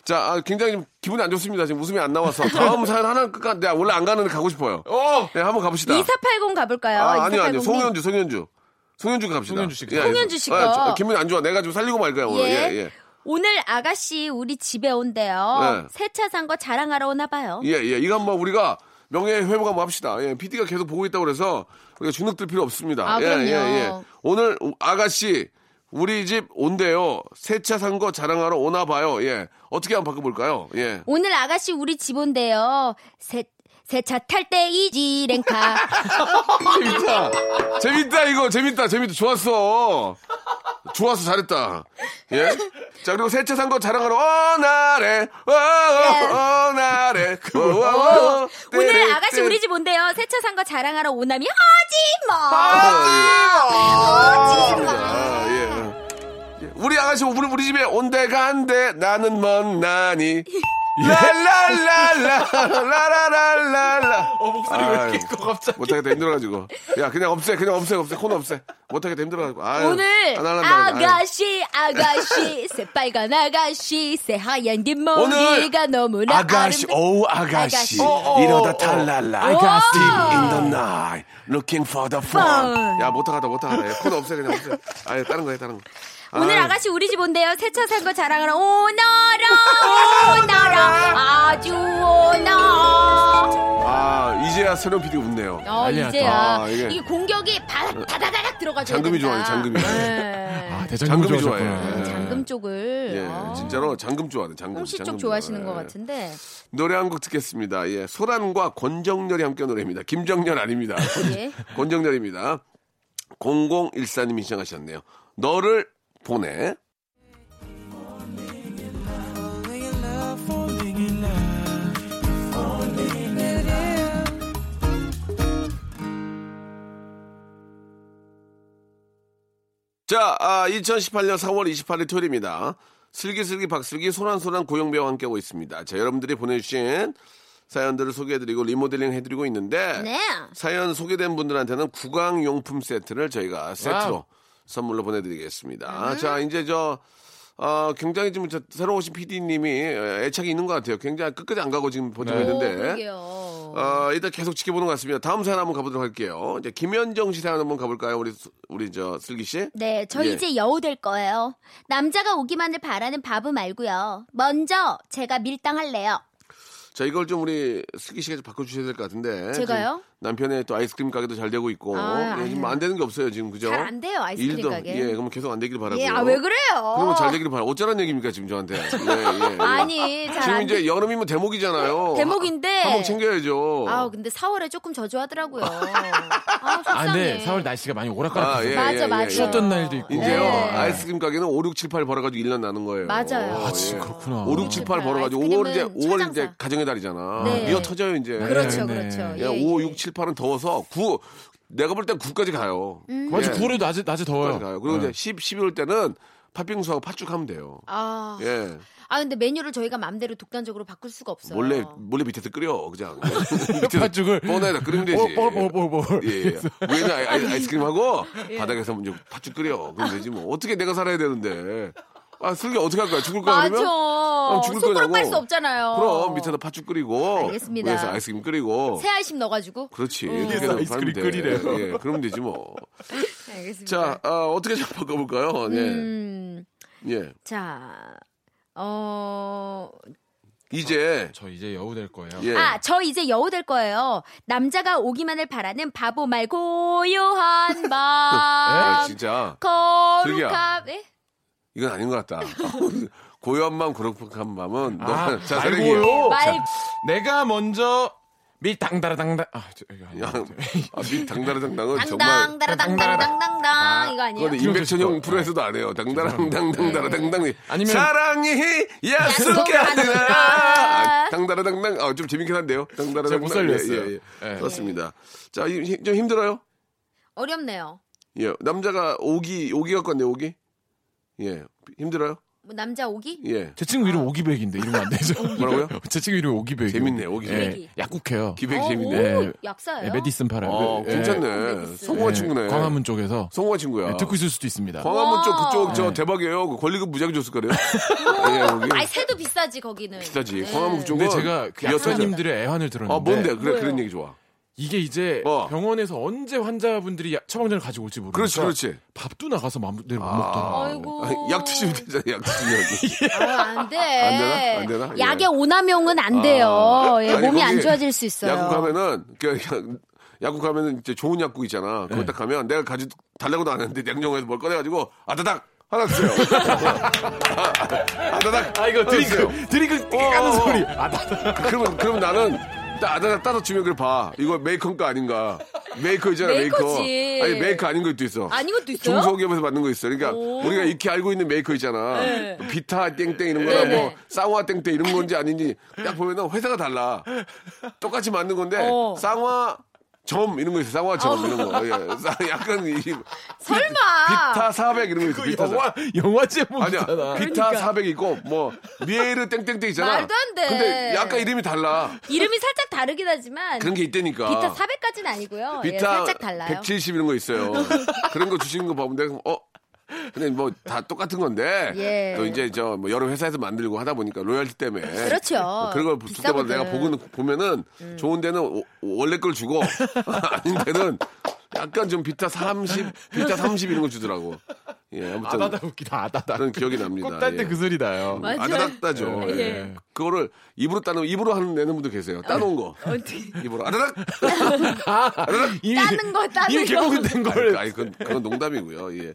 Speaker 3: 자, 아, 굉장히 좀 기분이 안 좋습니다. 지금 웃음이 안 나와서 다음 사연 하나 끝까지 내가 네, 원래 안 가는데 가고 싶어요.
Speaker 7: 어!
Speaker 3: 네, 한번 가봅시다.
Speaker 6: 2480 가볼까요?
Speaker 3: 아, 아니요,
Speaker 6: 2480
Speaker 3: 아니요.
Speaker 6: 님.
Speaker 3: 송현주, 송현주. 송현주 갑시다.
Speaker 7: 송현주 씨.
Speaker 6: 송현주 씨
Speaker 3: 아,
Speaker 6: 거.
Speaker 3: 저- 기분이 안 좋아. 내가 좀 살리고 말 거야, 오늘. 예, 예.
Speaker 6: 오늘 아가씨 우리 집에 온대요.
Speaker 3: 네.
Speaker 6: 새 차 산 거 자랑하러 오나 봐요.
Speaker 3: 예, 예. 이거 한번 우리가 명예 회복 한번 합시다. 예, PD가 계속 보고 있다고 그래서 우리가 주눅들 필요 없습니다.
Speaker 6: 아,
Speaker 3: 예,
Speaker 6: 그럼요.
Speaker 3: 예, 예. 오늘 아가씨 우리 집 온대요. 새 차 산 거 자랑하러 오나 봐요. 예. 어떻게 한번 바꿔볼까요? 예.
Speaker 6: 오늘 아가씨 우리 집 온대요. 새, 새 차 탈 때 이지 랭카.
Speaker 3: 재밌다. 재밌다, 이거. 재밌다. 재밌다. 좋았어. 좋았어. 잘했다. 예. 자, 그리고 새 차 산 거 자랑하러 오나래. 오, 오나래. 오, 오, 오. 네,
Speaker 6: 오늘 아가씨 우리 집 온대요. 새 차 산 거 자랑하러 오나미
Speaker 3: 예.
Speaker 6: 하지 뭐. 아, 마. 하지 마.
Speaker 3: 아, 예. 예. 우리 아가씨 우리, 우리 집에 온대 간대 나는 먼 나니
Speaker 6: 예.
Speaker 3: 랄랄랄랄랄랄랄랄라
Speaker 7: 어, 목소리 왜 이렇게
Speaker 3: 아유.
Speaker 7: 커, 갑자기?
Speaker 3: 못하겠다 힘들어가지고 야 그냥 없애 그냥 없애 없애 코너 없애 못하겠다 힘들어가지고 아유,
Speaker 6: 오늘
Speaker 3: 안 할란다, 그냥. 아유.
Speaker 6: 아가씨 아가씨 새빨간 아가씨 새하얀 뒷머리가 너무나
Speaker 1: 아가씨,
Speaker 6: 아름다...
Speaker 1: 오우 아가씨,
Speaker 6: 아가씨. 어,
Speaker 1: 이러다 탈랄라.
Speaker 6: 아가씨.
Speaker 1: Deep in the night, looking for the fun.
Speaker 3: 야 못하겠다 못하겠다 야, 코너 없애 그냥 없애 아유 다른 거해 다른 거
Speaker 6: 오늘
Speaker 3: 아유.
Speaker 6: 아가씨 우리 집 온대요 새 차 산 거 자랑하러 오너라 오너라 아주 오너
Speaker 3: 아 이제야 새로운 피디가 웃네요
Speaker 6: 어
Speaker 7: 난리 났다.
Speaker 6: 이제야
Speaker 3: 아, 이게- 어,
Speaker 6: 이게 공격이 바다다닥 들어가죠
Speaker 3: 잠금이 좋아요, 잠금이.
Speaker 7: 아,
Speaker 3: 장금이
Speaker 7: 대장금
Speaker 3: 좋아요. 예.
Speaker 7: 좋아하셨구나.
Speaker 6: 잠금 쪽을
Speaker 3: 예
Speaker 6: 아,
Speaker 3: 진짜로 장금 좋아하는 장금
Speaker 6: 홍씨
Speaker 3: 장금
Speaker 6: 쪽 좋아하시는
Speaker 3: 좋아해.
Speaker 6: 것 같은데
Speaker 3: 노래 한 곡 듣겠습니다. 예, 소란과 권정렬이 함께 노래입니다. 김정렬 아닙니다.
Speaker 6: 예.
Speaker 3: 권정렬입니다. 0014님이 시청하셨네요. 너를 보내. 자, 아, 2018년 4월 28일 토요일입니다. 슬기슬기 박슬기 소란소란 고영배와 함께하고 있습니다. 자, 여러분들이 보내주신 사연들을 소개해드리고 리모델링 해드리고 있는데
Speaker 6: 네
Speaker 3: 사연 소개된 분들한테는 구강용품 세트를 저희가 세트로
Speaker 7: 와우. 음.
Speaker 3: 선물로 보내드리겠습니다. 자, 이제 저, 어, 굉장히 지금 저 새로 오신 PD님이 애착이 있는 것 같아요. 굉장히 끝까지 안 가고 지금 보내고
Speaker 7: 네.
Speaker 6: 오,
Speaker 3: 있는데.
Speaker 6: 그러게요.
Speaker 3: 어, 일단 계속 지켜보는 것 같습니다. 다음 사연 한번 가보도록 할게요. 이제 김현정 씨 사연 한번 가볼까요? 우리, 수- 우리 저, 슬기 씨?
Speaker 6: 네, 저
Speaker 3: 예.
Speaker 6: 이제 여우 될 거예요. 남자가 오기만을 바라는 바보 말고요. 먼저 제가 밀당할래요.
Speaker 3: 자, 이걸 좀 우리 슬기 씨가 좀 바꿔주셔야 될 것 같은데.
Speaker 6: 제가요?
Speaker 3: 지금 남편의 또 아이스크림 가게도 잘 되고 있고.
Speaker 6: 아,
Speaker 3: 예, 지금
Speaker 6: 아유.
Speaker 3: 안 되는 게 없어요, 지금. 그죠?
Speaker 6: 잘안 돼요, 아이스크림
Speaker 3: 일도,
Speaker 6: 가게.
Speaker 3: 예, 그럼 계속 안 되길 바라고요
Speaker 6: 예, 아 왜 그래요?
Speaker 3: 그러면 잘 되기를 바라. 어쩌란 얘기입니까 지금 저한테? 예, 예, 예.
Speaker 6: 아. 아니,
Speaker 3: 지금
Speaker 6: 잘안
Speaker 3: 이제
Speaker 6: 돼.
Speaker 3: 여름이면 대목이잖아요.
Speaker 6: 대목인데.
Speaker 3: 한복 챙겨야죠.
Speaker 6: 아우, 그 근데 4월에 조금 저조하더라고요. 아,
Speaker 7: 아,
Speaker 6: 속상해.
Speaker 7: 네. 4월 날씨가 많이 오락가락.
Speaker 3: 아, 예,
Speaker 6: 맞아,
Speaker 3: 예,
Speaker 6: 맞아.
Speaker 3: 예.
Speaker 7: 추웠던 날도 있고.
Speaker 3: 이제요
Speaker 6: 네.
Speaker 3: 아이스크림 가게는 5, 6, 7, 8 벌어가지고 1년 나는 거예요.
Speaker 6: 맞아요. 아,
Speaker 7: 진짜 그렇구나.
Speaker 3: 5, 6, 7, 8 벌어가지고
Speaker 6: 아이스크림은
Speaker 3: 5월 이제 5월 이제
Speaker 6: 천장사.
Speaker 3: 가정의 달이잖아.
Speaker 6: 네.
Speaker 3: 미어 터져요 이제.
Speaker 6: 그렇죠,
Speaker 7: 네, 네.
Speaker 6: 그렇죠.
Speaker 3: 예,
Speaker 6: 예,
Speaker 3: 5,
Speaker 6: 예.
Speaker 3: 6, 7, 8은 더워서 9 내가 볼 땐 9까지 가요.
Speaker 6: 음.
Speaker 7: 맞아,
Speaker 3: 예,
Speaker 7: 9월에도 낮에, 낮에 더워요.
Speaker 3: 9까지 가요. 그리고
Speaker 7: 네.
Speaker 3: 이제 10, 11월 때는 팥빙수하고 팥죽 하면 돼요.
Speaker 6: 아,
Speaker 3: 예.
Speaker 6: 아, 근데 메뉴를 저희가 마음대로 독단적으로 바꿀 수가 없어요.
Speaker 3: 몰래 몰래 밑에서 끓여 그냥.
Speaker 7: 팥죽을 어,
Speaker 3: 뻔해다 끓이면 되지.
Speaker 7: 뽀뽀뽀뽀뽀.
Speaker 3: 예, 예. 위에는 아이, 아이, 아이스크림하고 바닥에서 이제 팥죽 끓여. 그럼 되지 뭐. 어떻게 내가 살아야 되는데. 아, 슬기 어떻게 할 거야? 죽을 거야?
Speaker 6: 맞아.
Speaker 3: 그러면? 죽을
Speaker 6: 손가락
Speaker 3: 거냐고.
Speaker 6: 빨 수 없잖아요.
Speaker 3: 그럼 밑에다 팥죽 끓이고.
Speaker 6: 알겠습니다.
Speaker 3: 위에서 아이스크림 끓이고.
Speaker 6: 새 알심 넣어가지고.
Speaker 3: 그렇지.
Speaker 7: 위에서
Speaker 3: 그렇게
Speaker 7: 아이스크림
Speaker 3: 살면 돼.
Speaker 7: 끓이래요.
Speaker 3: 예, 그러면 되지 뭐.
Speaker 6: 네, 알겠습니다.
Speaker 3: 자, 아, 어떻게 좀 바꿔볼까요? 예.
Speaker 6: 음,
Speaker 3: 예.
Speaker 6: 자, 어,
Speaker 3: 이제.
Speaker 7: 저 이제 여우 될 거예요.
Speaker 3: 예.
Speaker 6: 아, 저 이제 여우 될 거예요. 남자가 오기만을 바라는 바보 말고요한 거룩함.
Speaker 3: 아, 진짜 슬기야.
Speaker 6: 거룩함. 예?
Speaker 3: 이건 아닌 것 같다. 고요한 마음, 거룩한 마음은
Speaker 7: 아,
Speaker 3: 너무 자 사랑해요.
Speaker 7: 말고요.
Speaker 6: 말-
Speaker 7: 자, 내가 먼저 밀당다라당다. 아, 저, 이거 안
Speaker 3: 야,
Speaker 7: 돼.
Speaker 3: 아, 밑 당당당당은 정말
Speaker 6: 당당, 따라당당당당당. 이거 아니에요?
Speaker 3: 그건
Speaker 7: 지금
Speaker 3: 임백천 형 프로에서도 안 해요. 당당당당당당당당.
Speaker 7: 네. 아니면-
Speaker 3: 사랑이
Speaker 6: 야속하느라.
Speaker 3: 야속하느라. 당다라당당. 아, 좀 재밌긴 한데요. 당다라당당.
Speaker 7: 제가 못 살렸어요.
Speaker 3: 예, 예.
Speaker 7: 예.
Speaker 3: 그렇습니다. 자, 이- 힘- 좀 힘들어요?
Speaker 6: 어렵네요.
Speaker 3: 예. 남자가 오기 오기 갖고 왔네 오기. 예. 힘들어요?
Speaker 6: 뭐 남자 오기?
Speaker 3: 예.
Speaker 7: 제 친구 이름 오기백인데 이러면 안 되죠.
Speaker 3: 뭐라고요?
Speaker 7: 제 친구 이름 오기백.
Speaker 3: 재밌네, 오기백.
Speaker 7: 예, 약국해요.
Speaker 3: 기백
Speaker 6: 어,
Speaker 3: 재밌네.
Speaker 6: 오,
Speaker 7: 예.
Speaker 6: 약사예요.
Speaker 7: 예, 메디슨 팔아요.
Speaker 3: 어,
Speaker 7: 예,
Speaker 3: 괜찮네. 성공한
Speaker 7: 예,
Speaker 3: 친구네.
Speaker 7: 광화문 쪽에서
Speaker 3: 성공한 친구야.
Speaker 7: 예, 듣고 예. 있을 수도 있습니다.
Speaker 3: 광화문 쪽
Speaker 6: 와.
Speaker 3: 그쪽 저 대박이에요. 그 권리금 무지하게 줬을 거래요. 예, 거기
Speaker 6: 아니 새도 비싸지 거기는.
Speaker 3: 비싸지.
Speaker 6: 예.
Speaker 3: 광화문 그쪽.
Speaker 7: 근데 제가 그
Speaker 3: 여섯 점.
Speaker 7: 약사님들의 애환을 들었는데
Speaker 3: 아 뭔데? 그래
Speaker 6: 뭐예요?
Speaker 3: 그런 얘기 좋아.
Speaker 7: 이게 이제
Speaker 3: 어.
Speaker 7: 병원에서 언제 환자분들이 야- 처방전을 가지고 올지 모르니까
Speaker 3: 그렇지, 그렇지. 아.
Speaker 7: 밥도 나가서 마음대로 못 먹더라.
Speaker 6: 아이고.
Speaker 3: 아니, 약 드시면 되잖아. 약 드시면.
Speaker 6: 아, 안 돼.
Speaker 3: 안 되나? 안 되나?
Speaker 6: 약의
Speaker 3: 예.
Speaker 6: 오남용은 안 돼요. 예,
Speaker 3: 아니,
Speaker 6: 몸이 안
Speaker 3: 거기
Speaker 6: 좋아질 수 있어요.
Speaker 3: 약국 가면은 그 그냥 약국 가면은 이제 좋은 약국 있잖아. 거기 딱 가면 내가 가지 달라고도 안 했는데 냉장고에서 뭘 꺼내가지고 아다닥 하나 주세요. 아다닥.
Speaker 7: 아 이거
Speaker 3: 드링크,
Speaker 7: 드링크
Speaker 3: 하는 소리.
Speaker 7: 아,
Speaker 3: 그러면 그럼 나는 따- 아다닥 따로 주면 그걸 봐. 이거 메이커인가 아닌가? 메이커이잖아 메이커.
Speaker 6: 메이커지.
Speaker 3: 아니 메이커 아닌 것도 있어.
Speaker 6: 아닌 것도 있어요?
Speaker 3: 중소기업에서 받는 거 있어. 그러니까
Speaker 6: 오.
Speaker 3: 우리가 익히 알고 있는 메이커 있잖아.
Speaker 6: 네.
Speaker 3: 비타 땡땡 이런 거나
Speaker 6: 네네.
Speaker 3: 뭐 쌍화 땡땡 이런 건지 아닌지 딱 보면은 회사가 달라. 똑같이 만든 건데
Speaker 6: 어.
Speaker 3: 쌍화 점 이런 거 있어. 쌍화 점 이런 거. 예. 싸- 약간 이
Speaker 6: 설마.
Speaker 3: 비타 400 이런 거 있어. 비타 400.
Speaker 7: 영화 영화
Speaker 3: 아니야.
Speaker 7: 제목이잖아. 그러니까.
Speaker 3: 비타 400 있고 뭐 미에르 땡땡땡 있잖아.
Speaker 6: 그러니까. 말도 안 돼.
Speaker 3: 근데 약간 이름이 달라.
Speaker 6: 이름이 살짝 다르긴 하지만
Speaker 3: 그런 게 있다니까.
Speaker 6: 비타 400까지는 아니고요. 예,
Speaker 3: 비타
Speaker 6: 살짝 달라요.
Speaker 3: 170 이런 거 있어요. 그런 거 주시는 거 보면 내가 어 근데 뭐 다 똑같은 건데
Speaker 6: 예.
Speaker 3: 또 이제 저 뭐 여러 회사에서 만들고 하다 보니까 로열티 때문에
Speaker 6: 그렇죠.
Speaker 3: 뭐 그런 걸 붙을 때마다
Speaker 6: 비싸거든. 음.
Speaker 3: 내가 보고는 보면은 좋은 데는 오- 원래 걸 주고 아닌 데는 약간 좀 비타 30 비타 30 이런 거 주더라고. 예 아무튼
Speaker 7: 아다다 웃기다. 아다다.
Speaker 3: 그런 기억이 납니다.
Speaker 7: 꼭딸 때
Speaker 3: 예.
Speaker 7: 그 소리 나요.
Speaker 6: 맞아요.
Speaker 3: 아다닥따죠. 예.
Speaker 6: 예.
Speaker 3: 그거를 입으로 따는 입으로 하는 내는 분도 계세요. 따놓은 거
Speaker 6: 예.
Speaker 3: 입으로 아다닥
Speaker 7: 이미-
Speaker 6: 따는 거, 따는
Speaker 7: 이미
Speaker 6: 거.
Speaker 7: 개봉은 된 걸.
Speaker 3: 아니, 그건, 그건 농담이고요. 예.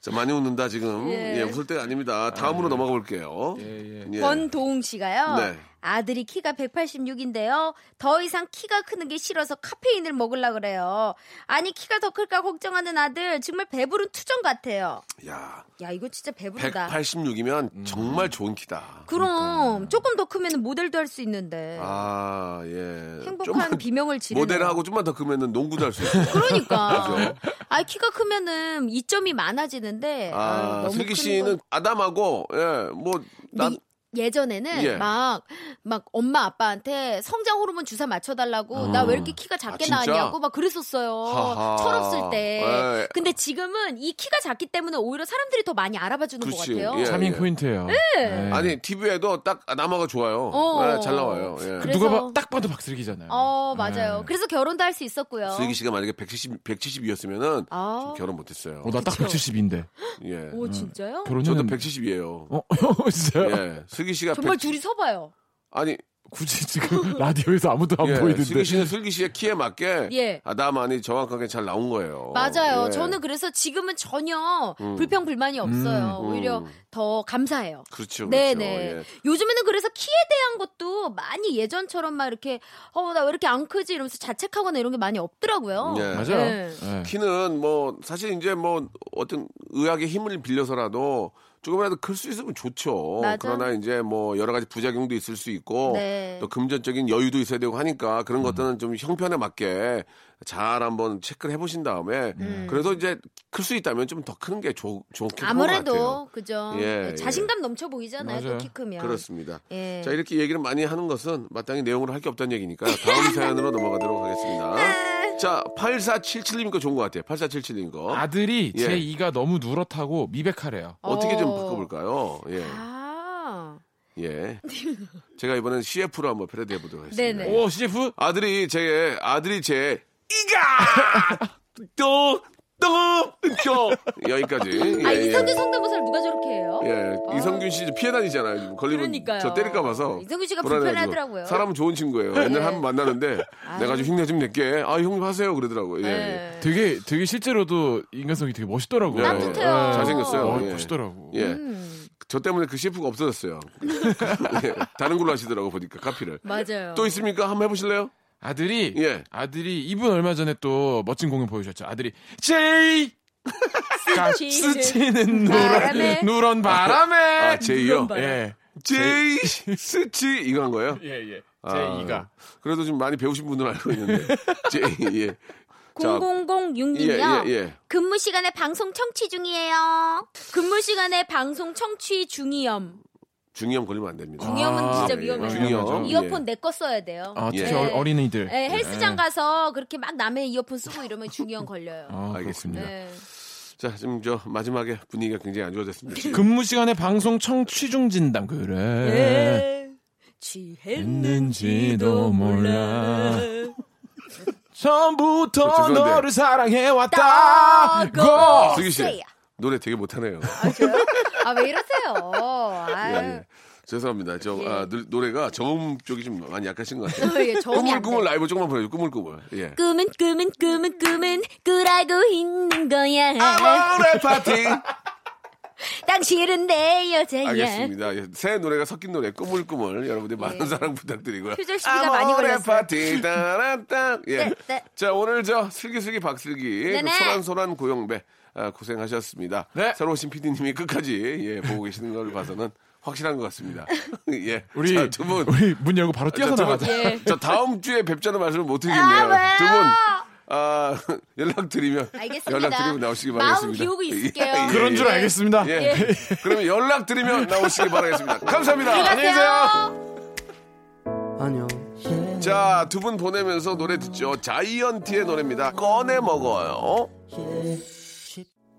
Speaker 3: 자, 많이 웃는다, 지금. 예,
Speaker 6: 예.
Speaker 3: 웃을 때가 아닙니다. 다음으로 넘어가 볼게요.
Speaker 7: 예.
Speaker 3: 예.
Speaker 6: 권도웅 씨가요.
Speaker 3: 네.
Speaker 6: 아들이 키가 186인데요. 더 이상 키가 크는 게 싫어서 카페인을 먹으려 그래요. 아니 키가 더 클까 걱정하는 아들 정말 배부른 투정 같아요.
Speaker 3: 야,
Speaker 6: 야 이거 진짜 배부르다.
Speaker 3: 186이면
Speaker 7: 음.
Speaker 3: 정말 좋은
Speaker 7: 예.
Speaker 3: 키다.
Speaker 6: 그럼 조금 더 크면 모델도 할 수 있는데
Speaker 3: 그러니까. 아, 예.
Speaker 6: 행복한
Speaker 3: 좀만
Speaker 6: 비명을 지르
Speaker 3: 모델하고 좀만 더 크면은 농구도 할 수 있어요.
Speaker 6: 그러니까
Speaker 3: 그죠?
Speaker 6: 아 키가 크면은 이점이 많아지는데 아유,
Speaker 3: 아,
Speaker 6: 너무
Speaker 3: 슬기
Speaker 6: 큰
Speaker 3: 씨는
Speaker 6: 건-
Speaker 3: 아담하고, 예, 뭐, 난,
Speaker 6: 근데 이- 예전에는
Speaker 3: 예.
Speaker 6: 막 막 엄마 아빠한테 성장 호르몬 주사 맞춰달라고 나 왜 이렇게 키가 작게
Speaker 3: 아, 진짜?
Speaker 6: 나왔냐고 막 그랬었어요
Speaker 3: 하하.
Speaker 6: 철없을 때
Speaker 3: 예.
Speaker 6: 근데 지금은 이 키가 작기 때문에 오히려 사람들이 더 많이 알아봐 주는 것
Speaker 3: 그치.
Speaker 6: 같아요
Speaker 3: 예.
Speaker 7: 차밍 포인트예요.
Speaker 6: 네.
Speaker 7: 예.
Speaker 3: 아니, TV에도 딱 남아가 좋아요.
Speaker 6: 어.
Speaker 3: 예, 잘 나와요. 예.
Speaker 6: 그래-
Speaker 7: 누가
Speaker 6: 그래서-
Speaker 7: 봐, 딱 봐도 박슬기잖아요.
Speaker 6: 어 맞아요
Speaker 7: 예.
Speaker 6: 그래서 결혼도 할 수 있었고요
Speaker 3: 슬기 씨가 만약에 170, 170이었으면은
Speaker 6: 아.
Speaker 3: 결혼 못했어요.
Speaker 7: 어, 나딱
Speaker 6: 그쵸.
Speaker 7: 170인데.
Speaker 3: 예.
Speaker 6: 오 진짜요?
Speaker 7: 결혼은
Speaker 3: 저도 170이에요.
Speaker 7: 어, 진짜요?
Speaker 3: 예. 슬기 씨가
Speaker 6: 정말
Speaker 3: 170
Speaker 6: 둘이 서봐요
Speaker 3: 아니
Speaker 7: 굳이 지금 라디오에서 아무도 안
Speaker 3: 예,
Speaker 7: 보이는데.
Speaker 3: 슬기 씨는 슬기 씨의 키에 맞게
Speaker 6: 예.
Speaker 3: 아담안이 정확하게 잘 나온 거예요.
Speaker 6: 맞아요.
Speaker 3: 예.
Speaker 6: 저는 그래서 지금은 전혀 불평 불만이 없어요. 오히려 더 감사해요.
Speaker 3: 그렇죠.
Speaker 6: 네네.
Speaker 3: 그렇죠. 예.
Speaker 6: 요즘에는 그래서 키에 대한 것도 많이 예전처럼 막 이렇게 어 나 왜 이렇게 안 크지 이러면서 자책하거나 이런 게 많이 없더라고요.
Speaker 3: 예.
Speaker 7: 맞아요.
Speaker 6: 네.
Speaker 7: 예.
Speaker 3: 키는 뭐 사실 이제 뭐 어떤 의학의 힘을 빌려서라도 조금이라도 클 수 있으면 좋죠.
Speaker 6: 맞아.
Speaker 3: 그러나 이제 뭐 여러 가지 부작용도 있을 수 있고
Speaker 6: 네.
Speaker 3: 또 금전적인 여유도 있어야 되고 하니까
Speaker 7: 음.
Speaker 3: 그런 것들은 좀 형편에 맞게 잘 한번 체크를 해보신 다음에 그래서 이제 클 수 있다면 좀 더 크는 게 좋, 좋긴 한것 같아요.
Speaker 6: 아무래도 그죠.
Speaker 3: 예, 예.
Speaker 6: 자신감 넘쳐 보이잖아요. 또
Speaker 7: 맞아요.
Speaker 6: 키 크면.
Speaker 3: 그렇습니다.
Speaker 6: 예.
Speaker 3: 자 이렇게 얘기를 많이 하는 것은 마땅히 내용으로 할 게 없다는 얘기니까 다음 사연으로 넘어가도록
Speaker 6: 네.
Speaker 3: 하겠습니다. 자 8477님 거 좋은 것 같아요. 8477님 거
Speaker 7: 아들이
Speaker 3: 예.
Speaker 7: 제 이가 너무 누렇다고 미백하래요.
Speaker 3: 어떻게 좀
Speaker 6: 어.
Speaker 3: 바꿔볼까요? 예,
Speaker 6: 아.
Speaker 3: 예. 제가 이번엔 CF로 한번 패러디 해보도록 하겠습니다.
Speaker 6: 네네.
Speaker 7: 오, CF?
Speaker 3: 아들이 제 아들이 제 이가 또또 웃겨. 여기까지. 예,
Speaker 6: 아
Speaker 3: 예.
Speaker 6: 이성균 성대모사를 누가 저렇게 해요?
Speaker 3: 예, 이성균 씨 이제 피해 다니잖아요. 지금 걸리면
Speaker 6: 어. 그러니까요.
Speaker 3: 저 때릴까 봐서.
Speaker 6: 이성균 씨가
Speaker 3: 불안해가지고.
Speaker 6: 불편하더라고요. 네. 아.
Speaker 3: 사람은 좋은 친구예요. 옛날 에 한번 만나는데 내가 좀 흉내 좀 낼게. 아, 형님 하세요 그러더라고요. 예.
Speaker 6: 예.
Speaker 7: 되게 되게 실제로도 인간성이 되게 멋있더라고요.
Speaker 3: 예.
Speaker 6: 따뜻해요.
Speaker 7: 예.
Speaker 3: 잘생겼어요.
Speaker 7: 어,
Speaker 3: 예.
Speaker 7: 멋있더라고.
Speaker 3: 예.
Speaker 6: 음.
Speaker 3: 저 때문에 그 CF가 없어졌어요. 예. 다른 걸로 하시더라고 보니까 카피를.
Speaker 6: 맞아요.
Speaker 3: 또 있습니까? 한번 해보실래요?
Speaker 7: 아들이
Speaker 3: 예.
Speaker 7: 아들이 이분 얼마 전에 또 멋진 공연 보여주셨죠. 아들이 제이 가 스치는
Speaker 6: 바람에.
Speaker 7: 누런 누런 바람에
Speaker 6: 네,
Speaker 3: 아, 제이요?
Speaker 6: 바람.
Speaker 7: 예.
Speaker 3: 제이 스치 이거 한 거예요?
Speaker 7: 예, 예.
Speaker 3: 아,
Speaker 7: 제2가.
Speaker 3: 그래도 좀 많이 배우신 분들 알고 있는데. 제이 예. 자,
Speaker 6: 0006님이요.
Speaker 3: 예, 예, 예.
Speaker 6: 근무 시간에 방송 청취 중이에요. 근무 시간에 방송 청취 중이염.
Speaker 3: 중이염 걸리면 안 됩니다.
Speaker 6: 중이염은
Speaker 7: 아,
Speaker 6: 진짜
Speaker 3: 예,
Speaker 6: 위험해요.
Speaker 3: 중이염.
Speaker 6: 이어폰
Speaker 3: 예.
Speaker 6: 내 거 써야 돼요.
Speaker 7: 아, 특히
Speaker 3: 예.
Speaker 7: 어- 어린이들.
Speaker 6: 예, 헬스장 가서 그렇게 막 남의 이어폰 쓰고 이러면 중이염 걸려요.
Speaker 3: 어.
Speaker 7: 아,
Speaker 3: 알겠습니다.
Speaker 7: 그렇습니다.
Speaker 6: 예.
Speaker 3: 자, 지금 저 마지막에 분위기가 굉장히 안 좋아졌습니다. 지금.
Speaker 7: 근무 시간에 방송 청취 중 진단
Speaker 3: 네.
Speaker 7: 그래.
Speaker 6: 예. 취했는지도
Speaker 7: 했는지도 몰라.
Speaker 6: 몰라.
Speaker 3: 저,
Speaker 7: 처음부터
Speaker 3: 죄송한데.
Speaker 7: 너를 그 사랑해 왔다고.
Speaker 3: 슬기 씨
Speaker 6: 세야.
Speaker 3: 노래 되게 못하네요.
Speaker 6: 아 왜 이러세요?
Speaker 3: 예,
Speaker 6: 아유.
Speaker 3: 예. 죄송합니다. 저 아, 노- 노래가 저음 쪽이 좀 많이 약하신 것 같아요.
Speaker 6: 예, 저음이 안
Speaker 3: 꾸물꾸물 라이브 조금만 보여줘. 꾸물꾸물. 예.
Speaker 6: 꿈은 꿈은 꿈은 꿈은 꾸라고 있는 거야.
Speaker 3: 아모레 뭐. 파티.
Speaker 6: 예. 당신은 내 여자야.
Speaker 3: 알겠습니다. 예, 새 노래가 섞인 노래 꾸물꾸물 여러분들 많은 사랑 부탁드리고요.
Speaker 6: 표절 시비가 예. 많이
Speaker 3: 아모레
Speaker 6: 걸렸어요.
Speaker 3: 파티 따란땅. 예.
Speaker 6: 네, 네.
Speaker 3: 자 오늘 저 슬기슬기 박슬기
Speaker 6: 네네.
Speaker 3: 그 소란소란 고영배 아, 고생하셨습니다.
Speaker 7: 네.
Speaker 3: 새로 오신 PD님이 끝까지 예, 보고 계시는 걸 봐서는 확실한 것 같습니다. 예.
Speaker 7: 우리
Speaker 3: 자, 두 분. 아,
Speaker 7: 우리 문 열고 바로 뛰어서
Speaker 3: 자, 두 분, 예.
Speaker 7: 나가자.
Speaker 3: 저 다음 주에 뵙자는 말씀을 못 드리겠네요.
Speaker 6: 아, 왜요?
Speaker 3: 두 분. 아, 연락드리면
Speaker 6: 알겠습니다.
Speaker 3: 연락드리면 나오시기
Speaker 6: 마음
Speaker 3: 바라겠습니다.
Speaker 6: 비우고 있을게요.
Speaker 7: 그런 줄
Speaker 3: 예.
Speaker 7: 알겠습니다.
Speaker 3: 예. 그러면 연락드리면 나오시기 바라겠습니다. 감사합니다. 안녕히 계세요. 자, 두 분 보내면서 노래 듣죠. 자이언티의 노래입니다. 꺼내 먹어요.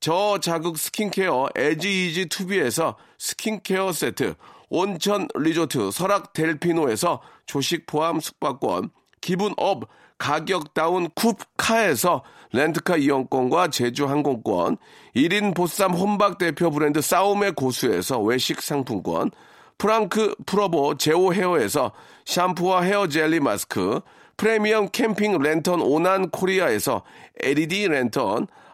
Speaker 3: 저자극 스킨케어 에지이지 투비에서 스킨케어 세트, 온천 리조트 설악 델피노에서 조식 포함 숙박권, 기분 업 가격 다운 쿱카에서 렌트카 이용권과 제주 항공권, 1인 보쌈 혼박 대표 브랜드 싸움의 고수에서 외식 상품권, 프랑크 프로보 제오 헤어에서 샴푸와 헤어 젤리 마스크, 프리미엄 캠핑 랜턴 오난 코리아에서 LED 랜턴,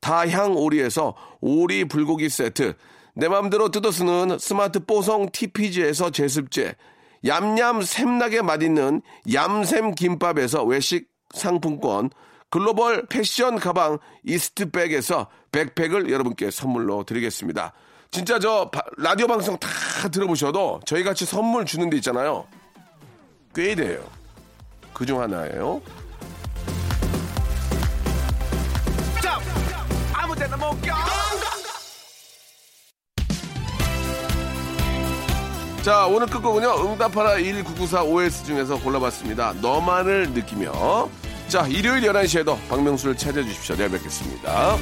Speaker 3: 다향 오리에서 오리 불고기 세트, 내 맘대로 뜯어 쓰는 스마트 뽀송 TPG에서 제습제, 얌얌 샘나게 맛있는 얌샘 김밥에서 외식 상품권, 글로벌 패션 가방 이스트백에서 백팩을 여러분께 선물로 드리겠습니다. 진짜 저 바- 라디오 방송 다 들어보셔도 저희 같이 선물 주는 데 있잖아요. 꽤 돼요. 그 중 하나예요. 자, 오늘 끝곡은요. 응답하라 1994 OS 중에서 골라봤습니다. 너만을 느끼며. 자, 일요일 11시에도 박명수를 찾아주십시오. 내일 뵙겠습니다.